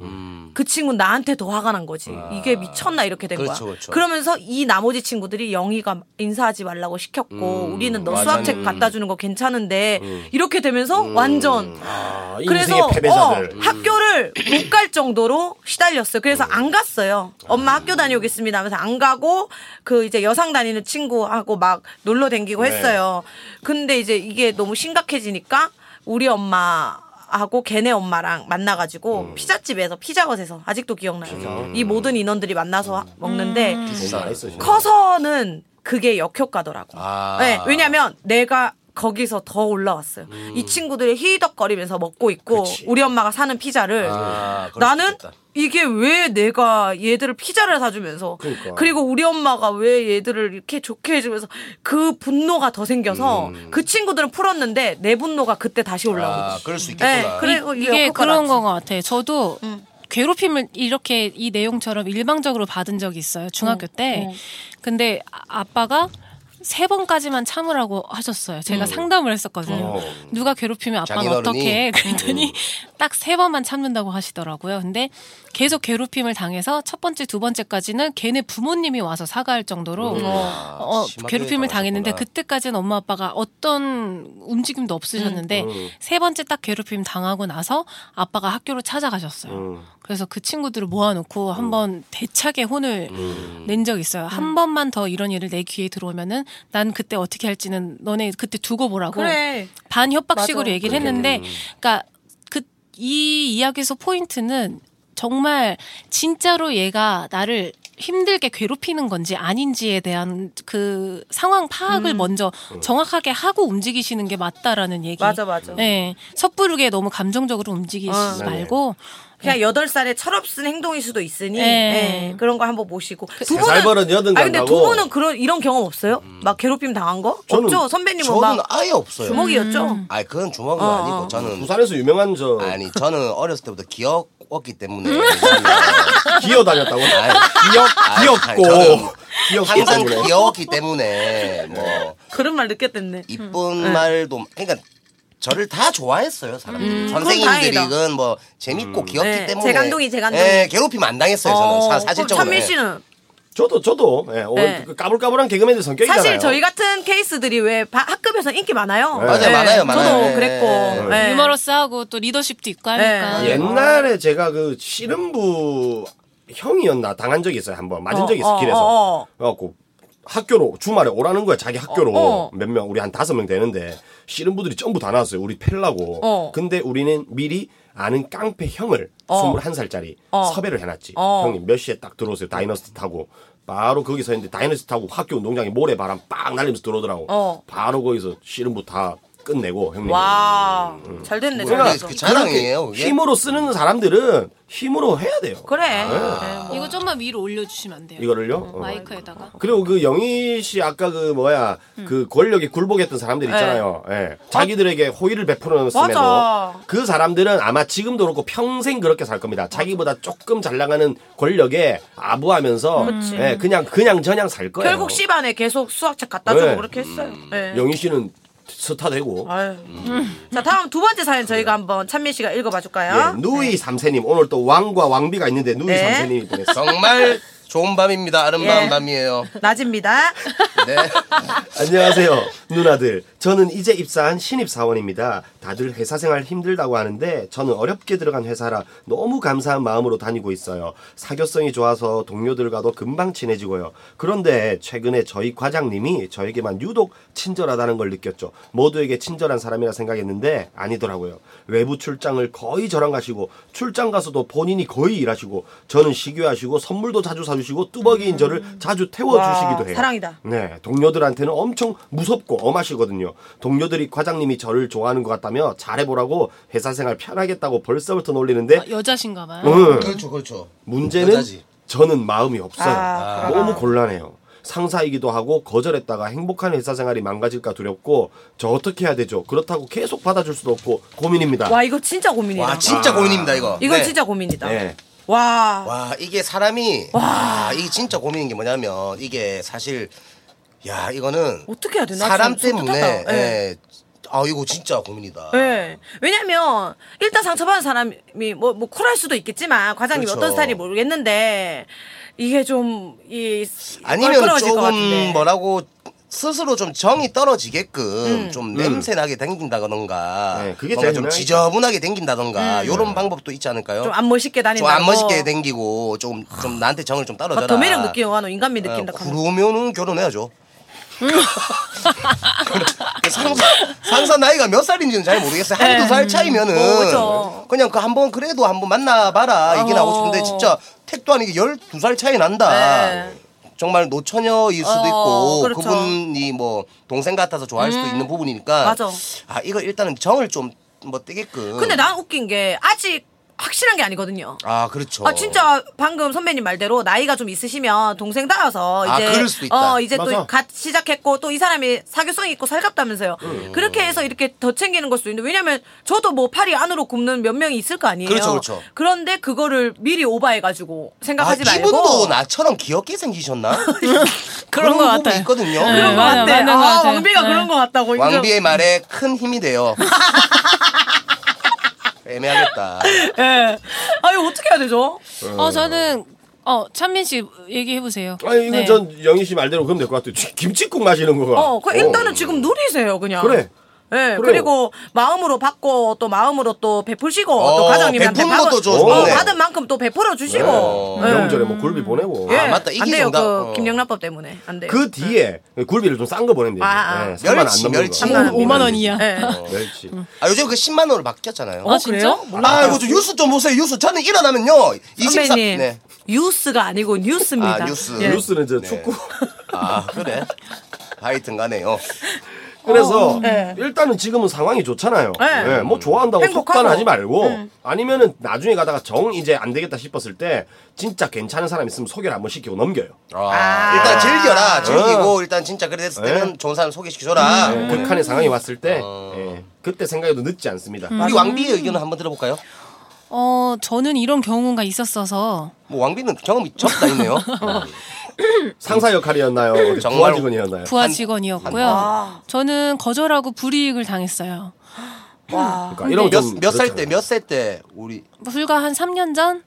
B: 그 친구는 나한테 더 화가 난 거지 이게 미쳤나 이렇게 된
C: 음. 아. 그렇죠,
B: 거야
C: 그렇죠.
B: 그러면서 이 나머지 친구들이 영희가 인사하지 말라고
D: 음,
B: 시켰고 우리는 너 수학책 갖다 주는 거 괜찮은데 이렇게 되면서 완전
D: 음. 아, 인생의
B: 그래서
D: 패배자들. 음.
B: 어, 학교를 못 갈 정도로 시달렸어요. 그래서 안 갔어요.
D: 아.
B: 엄마 학교 다녀오겠습니다 하면서 안 가고 그 이제 여상 다니는 친구하고 막 놀러 댕기고
D: 네.
B: 했어요. 근데 이제 이게 너무 심각해지니까 우리 엄마 하고 걔네 엄마랑 만나가지고
D: 음.
B: 피자집에서 피자헛에서 아직도 기억나요. 이 모든 인원들이 만나서
D: 음.
B: 하- 먹는데
D: 뭔가 있어, 진짜.
B: 커서는 그게 역효과더라고.
C: 아.
B: 네, 왜냐면 내가 거기서 더 올라왔어요.
C: 음.
B: 이 친구들이 희덕거리면서 먹고 있고 우리 엄마가 사는 피자를
C: 아, 그럴 수
B: 나는
C: 있겠다.
B: 이게 왜 내가 얘들을 피자를 사주면서
D: 그러니까.
B: 리고 우리 엄마가 왜 얘들을 이렇게 좋게 해주면서 그 분노가 더 생겨서 그 친구들은 풀었는데 내 분노가 그때 다시 올라오고.
C: 음. 아, 그럴 수
B: 네,
C: 있겠구나.
B: 그래
A: 어, 이게 예, 그런
B: 거
A: 거 같아요. 저도 괴롭힘을 이렇게 이 내용처럼 일방적으로 받은 적이 있어요. 중학교 때. 근데 아- 아빠가 세 번까지만 참으라고 하셨어요. 제가 상담을 했었거든요.
D: 어.
A: 누가 괴롭히면 아빠는
C: 음. 장인어른이? 음.
A: 어떻게 해? 그랬더니 딱 세 번만 참는다고 하시더라고요. 근데 계속 괴롭힘을 당해서 첫 번째, 두 번째까지는 걔네 부모님이 와서 사과할 정도로 어,
C: 음. 아, 심하게
A: 괴롭힘을 당했는데
C: 당하셨구나.
A: 그때까지는 엄마 아빠가 어떤 움직임도 없으셨는데 세 번째 딱 괴롭힘 당하고 나서 아빠가 학교로 찾아가셨어요. 그래서 그 친구들을 모아놓고 한번 대차게 혼을 낸 적이 있어요.
B: 음.
A: 한 번만 더 이런 일을 내 귀에 들어오면은 난 그때 어떻게 할지는 너네 그때 두고 보라고
B: 그래.
A: 반협박식으로
B: 맞아.
A: 얘기를 했는데 그러니까 그 이 이야기에서 포인트는 정말 진짜로 얘가 나를 힘들게 괴롭히는 건지 아닌지에 대한 그 상황 파악을 먼저 정확하게 하고 움직이시는 게 맞다라는 얘기.
B: 맞아 맞아.
A: 네. 섣부르게 너무 감정적으로 움직이지
B: 아.
A: 말고
B: 그냥 여덟 살에 철없는 행동일 수도 있으니
A: 네.
B: 예, 그런 거 한번 보시고 두
D: 살 버릇 여든
B: 아 근데 두
D: 간다고?
B: 분은 그런 이런 경험 없어요? 막 괴롭힘 당한 거
D: 저는-
B: 없죠? 선배님은
C: 저는
B: 뭐 막
C: 아예 없어요.
B: 주먹이었죠?
A: 음.
B: 어,
C: 아니 그건 주먹은 아니고 저는
D: 부산에서 유명한 저
C: 아니 저는 어렸을 때부터 기억었기 때문에
B: 음.
D: 기어 다녔다고.
C: 아니,
D: 기억
C: 아니, 저는
D: 귀엽고 귀엽기
C: 항상
D: 때문에.
B: 음.
C: 기억었기 때문에 뭐
B: 그런 말 느꼈겠네.
C: 이쁜 말도 그러니까 저를 다 좋아했어요 사람들이
B: 음, 다행이다.
C: 선생님들이건 뭐
D: 음.
C: 재밌고 귀엽기
B: 네,
C: 때문에
B: 재간둥이, 재간둥이.
C: 예, 괴롭히면 안 당했어요 저는
B: 어,
C: 사,
B: 그럼
C: 사실적으로
B: 찬민
C: 예.
B: 씨는
D: 저도 저도 예, 어,
B: 네.
D: 그 까불까불한 개그맨들 성격이잖아요.
B: 사실 저희 같은 케이스들이 왜 바- 학급에서 인기 많아요. 네.
D: 맞아요,
C: 많아요, 많아요.
B: 저도
C: 예.
B: 그랬고 예.
A: 유머러스하고 또 리더십도 있고 하니까.
D: 네.
B: 예.
D: 옛날에 제가 그 씨름부 형이었나 당한 적이 있어요 한 번 맞은
B: 어,
D: 적이 있어
B: 어,
D: 길에서
B: 어, 어.
D: 그래갖고 학교로 주말에 오라는 거야 자기 학교로
B: 어, 어.
D: 몇 명 우리 한 다섯 명 되는데 씨름부들이 전부 다 나왔어요 우리 패려고
B: 어.
D: 근데 우리는 미리 아는 깡패 형을
B: 어.
D: 21살짜리
B: 어.
D: 섭외를 해놨지
B: 어.
D: 형님 몇 시에 딱 들어오세요 다이너스티 타고 바로 거기 서 있는데 다이너스티 타고 학교 운동장에 모래바람 빡 날리면서 들어오더라고
B: 어.
D: 바로 거기서 씨름부 다 끝내고 형님
B: 와, 잘 됐네. 잘
C: 그러니까
B: 됐어.
C: 그 자랑이에요
D: 그렇게
C: 그게.
D: 힘으로 쓰는 사람들은 힘으로 해야 돼요.
B: 그래. 네.
A: 이거 좀만 위로 올려주시면 안 돼요?
D: 이거를요?
A: 어,
D: 어.
A: 마이크에다가.
D: 그리고 그 영희 씨 아까 그 뭐야 그 권력에 굴복했던 사람들 있잖아요. 예. 자기들에게 호의를
B: 맞아.
D: 베풀었음에도 그 사람들은 아마 지금도 그렇고 평생 그렇게 살 겁니다. 자기보다 조금 잘 나가는 권력에 아부하면서 예, 그냥 그냥 저냥 살 거예요.
B: 결국 C반에 계속 수학책 갖다 주고
D: 네.
B: 그렇게 했어요. 예.
D: 영희 씨는 스타 되고
B: 아유. 자, 다음 두 번째 사연 저희가 한번 찬민 씨가 읽어봐
D: 예,
B: 줄까요?
D: 누이 삼세님 오늘 또 왕과 왕비가 있는데 누이
B: 네.
D: 삼세님이 보냈어.
C: 정말 좋은 밤입니다 아름다운
B: 예.
C: 밤이에요
B: 낮입니다.
C: 네
D: 안녕하세요 누나들 저는 이제 입사한 신입사원입니다 다들 회사 생활 힘들다고 하는데 저는 어렵게 들어간 회사라 너무 감사한 마음으로 다니고 있어요 사교성이 좋아서 동료들과도 금방 친해지고요 그런데 최근에 저희 과장님이 저에게만 유독 친절하다는 걸 느꼈죠 모두에게 친절한 사람이라 생각했는데 아니더라고요 외부 출장을 거의 저랑 가시고 출장 가서도 본인이 거의 일하시고 저는 시교하시고 선물도 자주 사주시고 뚜벅이인 저를 자주 태워주시기도
B: 와,
D: 해요
B: 사랑이다.
D: 네, 동료들한테는 엄청 무섭고 엄하시거든요. 동료들이 과장님이 저를 좋아하는 것 같다며 잘해보라고 회사 생활 편하겠다고 벌써부터 놀리는데
A: 아, 여자신가 봐요.
D: 음,
C: 그렇죠 그렇죠
D: 문제는
C: 여자지.
D: 저는 마음이 없어요.
B: 아,
D: 너무 곤란해요. 상사이기도 하고 거절했다가 행복한 회사 생활이 망가질까 두렵고 저 어떻게 해야 되죠? 그렇다고 계속 받아줄 수도 없고 고민입니다.
B: 와, 이거 진짜 고민이다.
D: 아.
C: 와 진짜 고민입니다 이거
B: 이건
C: 네.
B: 진짜 고민이다.
D: 네.
B: 와.
C: 와 이게 사람이 와 이게 진짜 고민인 게 뭐냐면 이게 사실 야 이거는
B: 어떻게 해야 되나?
C: 사람
B: 지금
C: 때문에
B: 손뜻하다. 예.
C: 예. 아 이거 진짜 고민이다
B: 예. 왜냐면 일단 상처받은 사람이 뭐, 뭐 쿨할 수도 있겠지만 과장님이
C: 그렇죠.
B: 어떤 스타일이 모르겠는데 이게 좀이
C: 아니면 조금 뭐라고 스스로 좀 정이 떨어지게끔
B: 음.
C: 좀 냄새나게 당긴다던가
D: 음. 네, 그게
C: 뭔가
D: 제일
C: 좀
D: 유명하죠.
C: 지저분하게 당긴다던가 이런 방법도 있지 않을까요?
B: 음. 좀 안 멋있게 다닌다고
C: 좀 안 멋있게 당기고 좀, 좀 나한테 정을 좀 떨어져라
B: 더 매력 느끼는 거나 인간미
C: 어,
B: 느낀다. 하면.
C: 그러면은 결혼해야죠 상사, 상사 나이가 몇 살인지는 잘 모르겠어요. 한두 살 차이면은
B: 어, 그죠. 어.
C: 그냥 그 한번 그래도 한번 만나봐라 이게 나고 싶은데 진짜 택도 아니게 12살 차이 난다.
B: 네.
C: 정말 노처녀일 수도
B: 어,
C: 있고
B: 그렇죠. 음.
C: 그분이뭐 동생 같아서 좋아할 수도 있는 부분이니까
B: 맞아.
C: 아 이거 일단은 정을 좀 뭐 떼게끔
B: 근데 난 웃긴 게 아직 확실한 게 아니거든요.
C: 아 그렇죠
B: 아 진짜 방금 선배님 말대로 나이가 좀 있으시면 동생 따라서
C: 아,
B: 이제
C: 그럴 수도 있다.
B: 어 이제
D: 맞아.
B: 또갓 시작했고 또 이 사람이 사교성이 있고 살갑다면서요.
C: 음.
B: 그렇게 해서 이렇게 더 챙기는 걸 수도 있는데 왜냐면 저도 뭐 팔이 안으로 굽는 몇 명이 있을 거 아니에요.
C: 그렇죠, 그렇죠.
B: 런데 그거를 미리 오바해 가지고
C: 아
B: 생각하지 말고
C: 기분도 나처럼 귀엽게 생기셨나
A: 그런 것
C: 부분이
A: 같아요.
C: 있거든요
A: 네,
B: 그런 거
A: 맞아,
B: 같아.
A: 맞는 것
B: 아,
A: 같아요.
B: 왕비가
A: 네.
B: 그런 거 같다고. 인정.
C: 왕비의 말에 큰 힘이 돼요. 애매하겠다.
B: 예. 아유 어떻게 해야 되죠?
A: 어, 저는 어 찬민 씨 얘기해 보세요. 네.
D: 아니 이건 전 영희 씨 말대로 그럼 될 것 같아요. 쥐- 김치국 마시는 거가.
B: 네. 어, 그 일단은 지금 누리세요, 그냥.
D: 그래.
B: 예,
D: 그래요.
B: 그리고 마음으로 받고 또 마음으로 또 베푸시고 또
C: 어,
B: 과장님한테
C: 베푸는 것도 좋아,
B: 어,
C: 좋네.
B: 받은 만큼 또 베풀어 주시고.
D: 어, 명절에 뭐 굴비 보내고.
B: 네. 예.
C: 아, 맞다. 이게
B: 안 돼요.
C: 정답.
B: 그
C: 어.
B: 김영란법 때문에 안 돼요.
D: 그 뒤에 굴비를 좀 싼 거 보내면 돼요.
B: 네. 아, 아.
D: 네, 3만
C: 멸치,
D: 안 넘는
C: 멸치.
D: 거. 네,
B: 오,
A: 5만 원이야.
B: 예.
D: 멸치.
C: 아 요즘 그 10만 원으로 바뀌었잖아요.
B: 어,
A: 진짜?
B: 그래요?
C: 아 이거 좀 뉴스 좀 보세요. 뉴스 저는 일어나면요. 24.
B: 선배님.
C: 네.
B: 뉴스가 아니고 뉴스입니다.
C: 아, 뉴스.
B: 예.
D: 뉴스는 저
C: 네.
D: 축구.
C: 아 그래. 하여튼간에요.
D: 그래서
B: 네.
D: 일단은 지금은 상황이 좋잖아요.
B: 네.
D: 네, 뭐 좋아한다고
B: 행복하고. 네.
D: 속단하지 말고 아니면은 나중에 가다가 정 이제 안 되겠다 싶었을 때 진짜 괜찮은 사람 있으면 소개를 한번 시키고 넘겨요.
C: 아, 일단 즐겨라. 즐기고 일단 진짜 그랬을 때는
D: 네.
C: 좋은 사람
B: 아.
C: 소개시켜줘라.
D: 네, 극한의 상황이 왔을 때
C: 아.
D: 예, 그때 생각해도 늦지 않습니다.
B: 음.
C: 우리 왕비의 의견을 한번 들어볼까요?
A: 어 저는 이런 경우가 있었어서
C: 뭐 왕비는 경험이 적다 있네요.
D: 아, 상사 역할이었나요?
C: 정말-
D: 어디 네. 부하 직원이었나요?
A: 부하 직원이었고요.
B: 아.
A: 저는 거절하고 불이익을 당했어요.
D: 그러니까 이런 거 좀
C: 몇몇 살 때
D: 그렇잖아요.
C: 몇 살 때 우리
A: 불과 한 3년 전?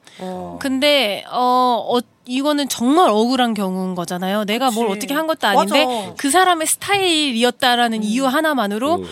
A: 근데, 어, 어, 이거는 정말 억울한 경우인 거잖아요. 내가 뭘
B: 그치.
A: 어떻게 한 것도 아닌데,
B: 맞아. 음.
A: 그 사람의 스타일이었다라는 이유 하나만으로,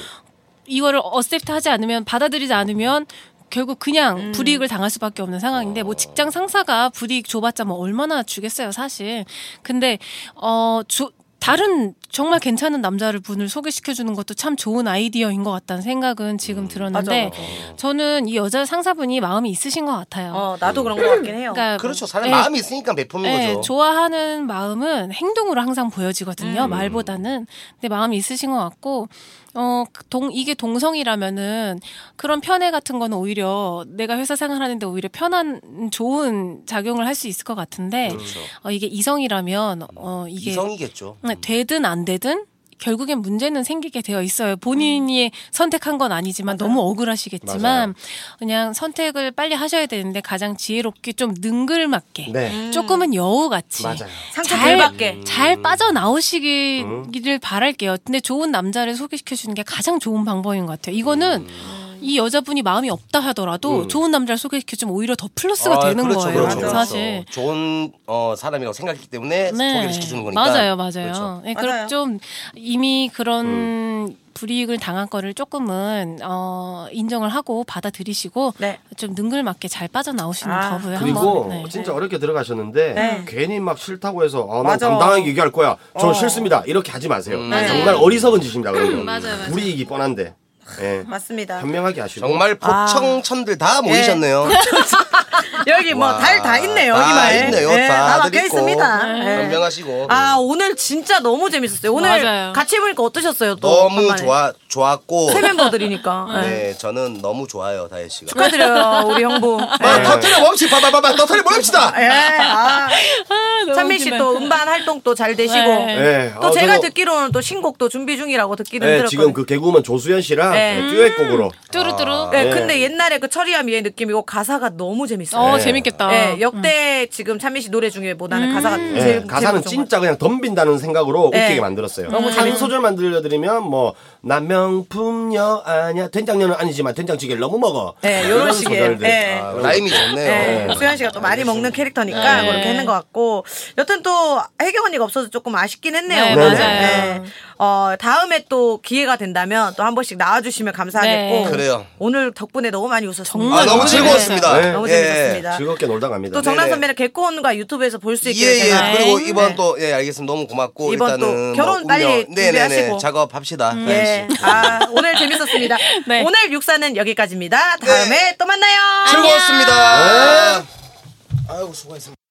A: 이거를 어셉트 하지 않으면, 받아들이지 않으면, 결국 그냥
B: 음.
A: 불이익을 당할 수밖에 없는 상황인데
B: 어.
A: 뭐 직장 상사가 불이익 줘봤자 뭐 얼마나 주겠어요 사실 근데 어 조, 다른 정말 괜찮은 남자를 분을 소개시켜 주는 것도 참 좋은 아이디어인 것 같다는 생각은 지금
B: 음.
A: 들었는데
C: 어.
A: 저는 이 여자 상사분이 마음이 있으신 것 같아요.
B: 어, 나도 그런 것 같긴 해요.
A: 그러니까
C: 그렇죠 사람
A: 예,
C: 마음이 있으니까 베푸는
A: 예,
C: 거죠.
A: 좋아하는 마음은 행동으로 항상 보여지거든요.
C: 음.
A: 말보다는 근데 마음이 있으신 것 같고 어동 이게 동성이라면은 그런 편애 같은 거는 오히려 내가 회사 생활하는데 오히려 편한 좋은 작용을 할 수 있을 것 같은데 어, 이게 이성이라면 어 이게
C: 그렇죠. 이성이겠죠.
A: 네, 되든 안 되든 결국엔 문제는 생기게 되어 있어요. 본인이 선택한 건 아니지만 너무 억울하시겠지만 그냥 선택을 빨리 하셔야 되는데 가장 지혜롭게 좀 능글맞게
C: 음.
D: 네.
A: 조금은 여우같이
D: 맞아요.
B: 상처
A: 잘,
B: 덜 받게.
A: 잘 빠져나오시기를
C: 음.
A: 바랄게요. 근데 좋은 남자를 소개시켜주는 게 가장 좋은 방법인 것 같아요. 이거는
C: 음.
A: 이 여자분이 마음이 없다 하더라도 좋은 남자를 소개시켜주면 오히려 더 플러스가 되는
C: 그렇죠,
A: 거예요.
C: 그렇죠, 그렇죠.
A: 사실.
C: 좋은 어, 사람이라고 생각했기 때문에 소개를 시켜주는 거니까.
A: 네. 맞아요, 맞아요.
C: 그렇죠. 음.
A: 네, 그럼
B: 맞아요.
A: 좀 이미 그런 불이익을 당한 거를 조금은 어, 인정을 하고 받아들이시고
B: 네.
A: 좀 능글맞게 잘 빠져나오시는
B: 아,
A: 법을
D: 그리고
A: 한번. 네.
D: 진짜 어렵게 들어가셨는데
B: 네.
D: 괜히 막 싫다고 해서 아, 난
B: 맞아.
D: 당당하게 얘기할 거야. 저
B: 어. 음. 네.
D: 싫습니다. 이렇게 하지 마세요. 네.
A: 맞아요.
D: 정말 어리석은 짓입니다. 그런 거.
A: 맞아요, 맞아요.
D: 우리 이기 뻔한데. 예.
B: 맞습니다.
D: 현명하게 하시고.
C: 정말
A: 아.
C: 포청천들 다
A: 예.
C: 모이셨네요.
B: 여기 뭐
C: 와,
B: 달 그렇죠. 다 있네요.
C: 다
B: 여기만.
C: 있네요.
B: 예,
C: 다들
B: 막혀
C: 있고. 음,
B: 있습니다.
A: 네.
B: 예.
C: 현명하시고
B: 아 오늘 진짜 너무 재밌었어요. 오늘
A: 맞아요.
B: 같이 해보니까 어떠셨어요? 또
C: 너무
B: 간만에.
C: 좋아 좋았고
B: 새 멤버들이니까. 예.
C: 네 저는 너무 좋아요 다혜 씨가.
B: 축하드려요 네. 우리 형부.
C: 아, 터트려 멈치 봐봐봐봐 터트려 멈치다.
B: 예. 아,
A: 아, 너무
B: 찬민 씨
A: 웃기다.
B: 또 음반 활동도 잘 되시고
A: 네.
D: 예.
B: 또
D: 아,
B: 제가
D: 저도-
B: 듣기로는 또 신곡도 준비 중이라고 듣기는
D: 예,
B: 들었거든요.
D: 지금 그 개그우먼 조수현 씨랑
B: 네.
D: 예, 듀엣곡으로
C: 아.
A: 뚜루뚜루.
B: 예,
D: 네.
B: 근데 옛날에 그 철이와 미의 느낌이고 가사가 너무 재밌어요.
A: 어
D: 네.
A: 재밌겠다.
B: 예, 역대 지금 찬민 씨 노래 중에 뭐 나는 가사가
D: 예,
B: 제일
D: 가사는
B: 제일
D: 진짜 그냥 덤빈다는 생각으로
B: 네.
D: 웃기게 만들었어요.
B: 너무
D: 한 소절만 들려드리면 뭐나 명품녀 아니야 된장녀는 아니지만 된장찌개를 너무 먹어.
B: 네, 요런
D: 이런
B: 식의,
D: 소절들.
B: 네.
D: 아,
C: 라임이 좋네요.
B: 예, 수현 씨가 또 많이 먹는 캐릭터니까
A: 네.
B: 그렇게 했는 것 같고 여튼 또 혜경 언니가 없어서 조금 아쉽긴 했네요.
A: 네,
D: 네네.
A: 맞아요.
B: 어, 다음에 또 기회가 된다면 또 한 번씩 나와주시면
A: 네.
B: 감사하겠고
C: 그래요.
B: 오늘 덕분에 너무 많이 웃었습니다.
A: 정말 네.
C: 아 너무
A: 너무
C: 즐거웠습니다.
D: 재밌었어요.
B: 너무
C: 예.
B: 재밌었습니다.
D: 즐겁게 놀다 갑니다.
B: 또 정남
C: 네네.
B: 선배는 개콘과 유튜브에서 볼 수 있게
C: 예예
B: 제가
C: 그리고
A: 네.
C: 이번 또 예 알겠습니다 너무 고맙고
B: 이번 또
C: 일단은
B: 결혼
C: 뭐
B: 빨리
C: 운명- 네네네
B: 준비하시고.
C: 작업합시다 네.
B: 예.
C: 다혜 씨.
B: 아, 오늘 재밌었습니다.
A: 네.
B: 오늘 육사는
C: 네.
B: 여기까지입니다. 다음에 또 만나요. 아.
C: 즐거웠습니다. 네. 아이고 수고했습니다.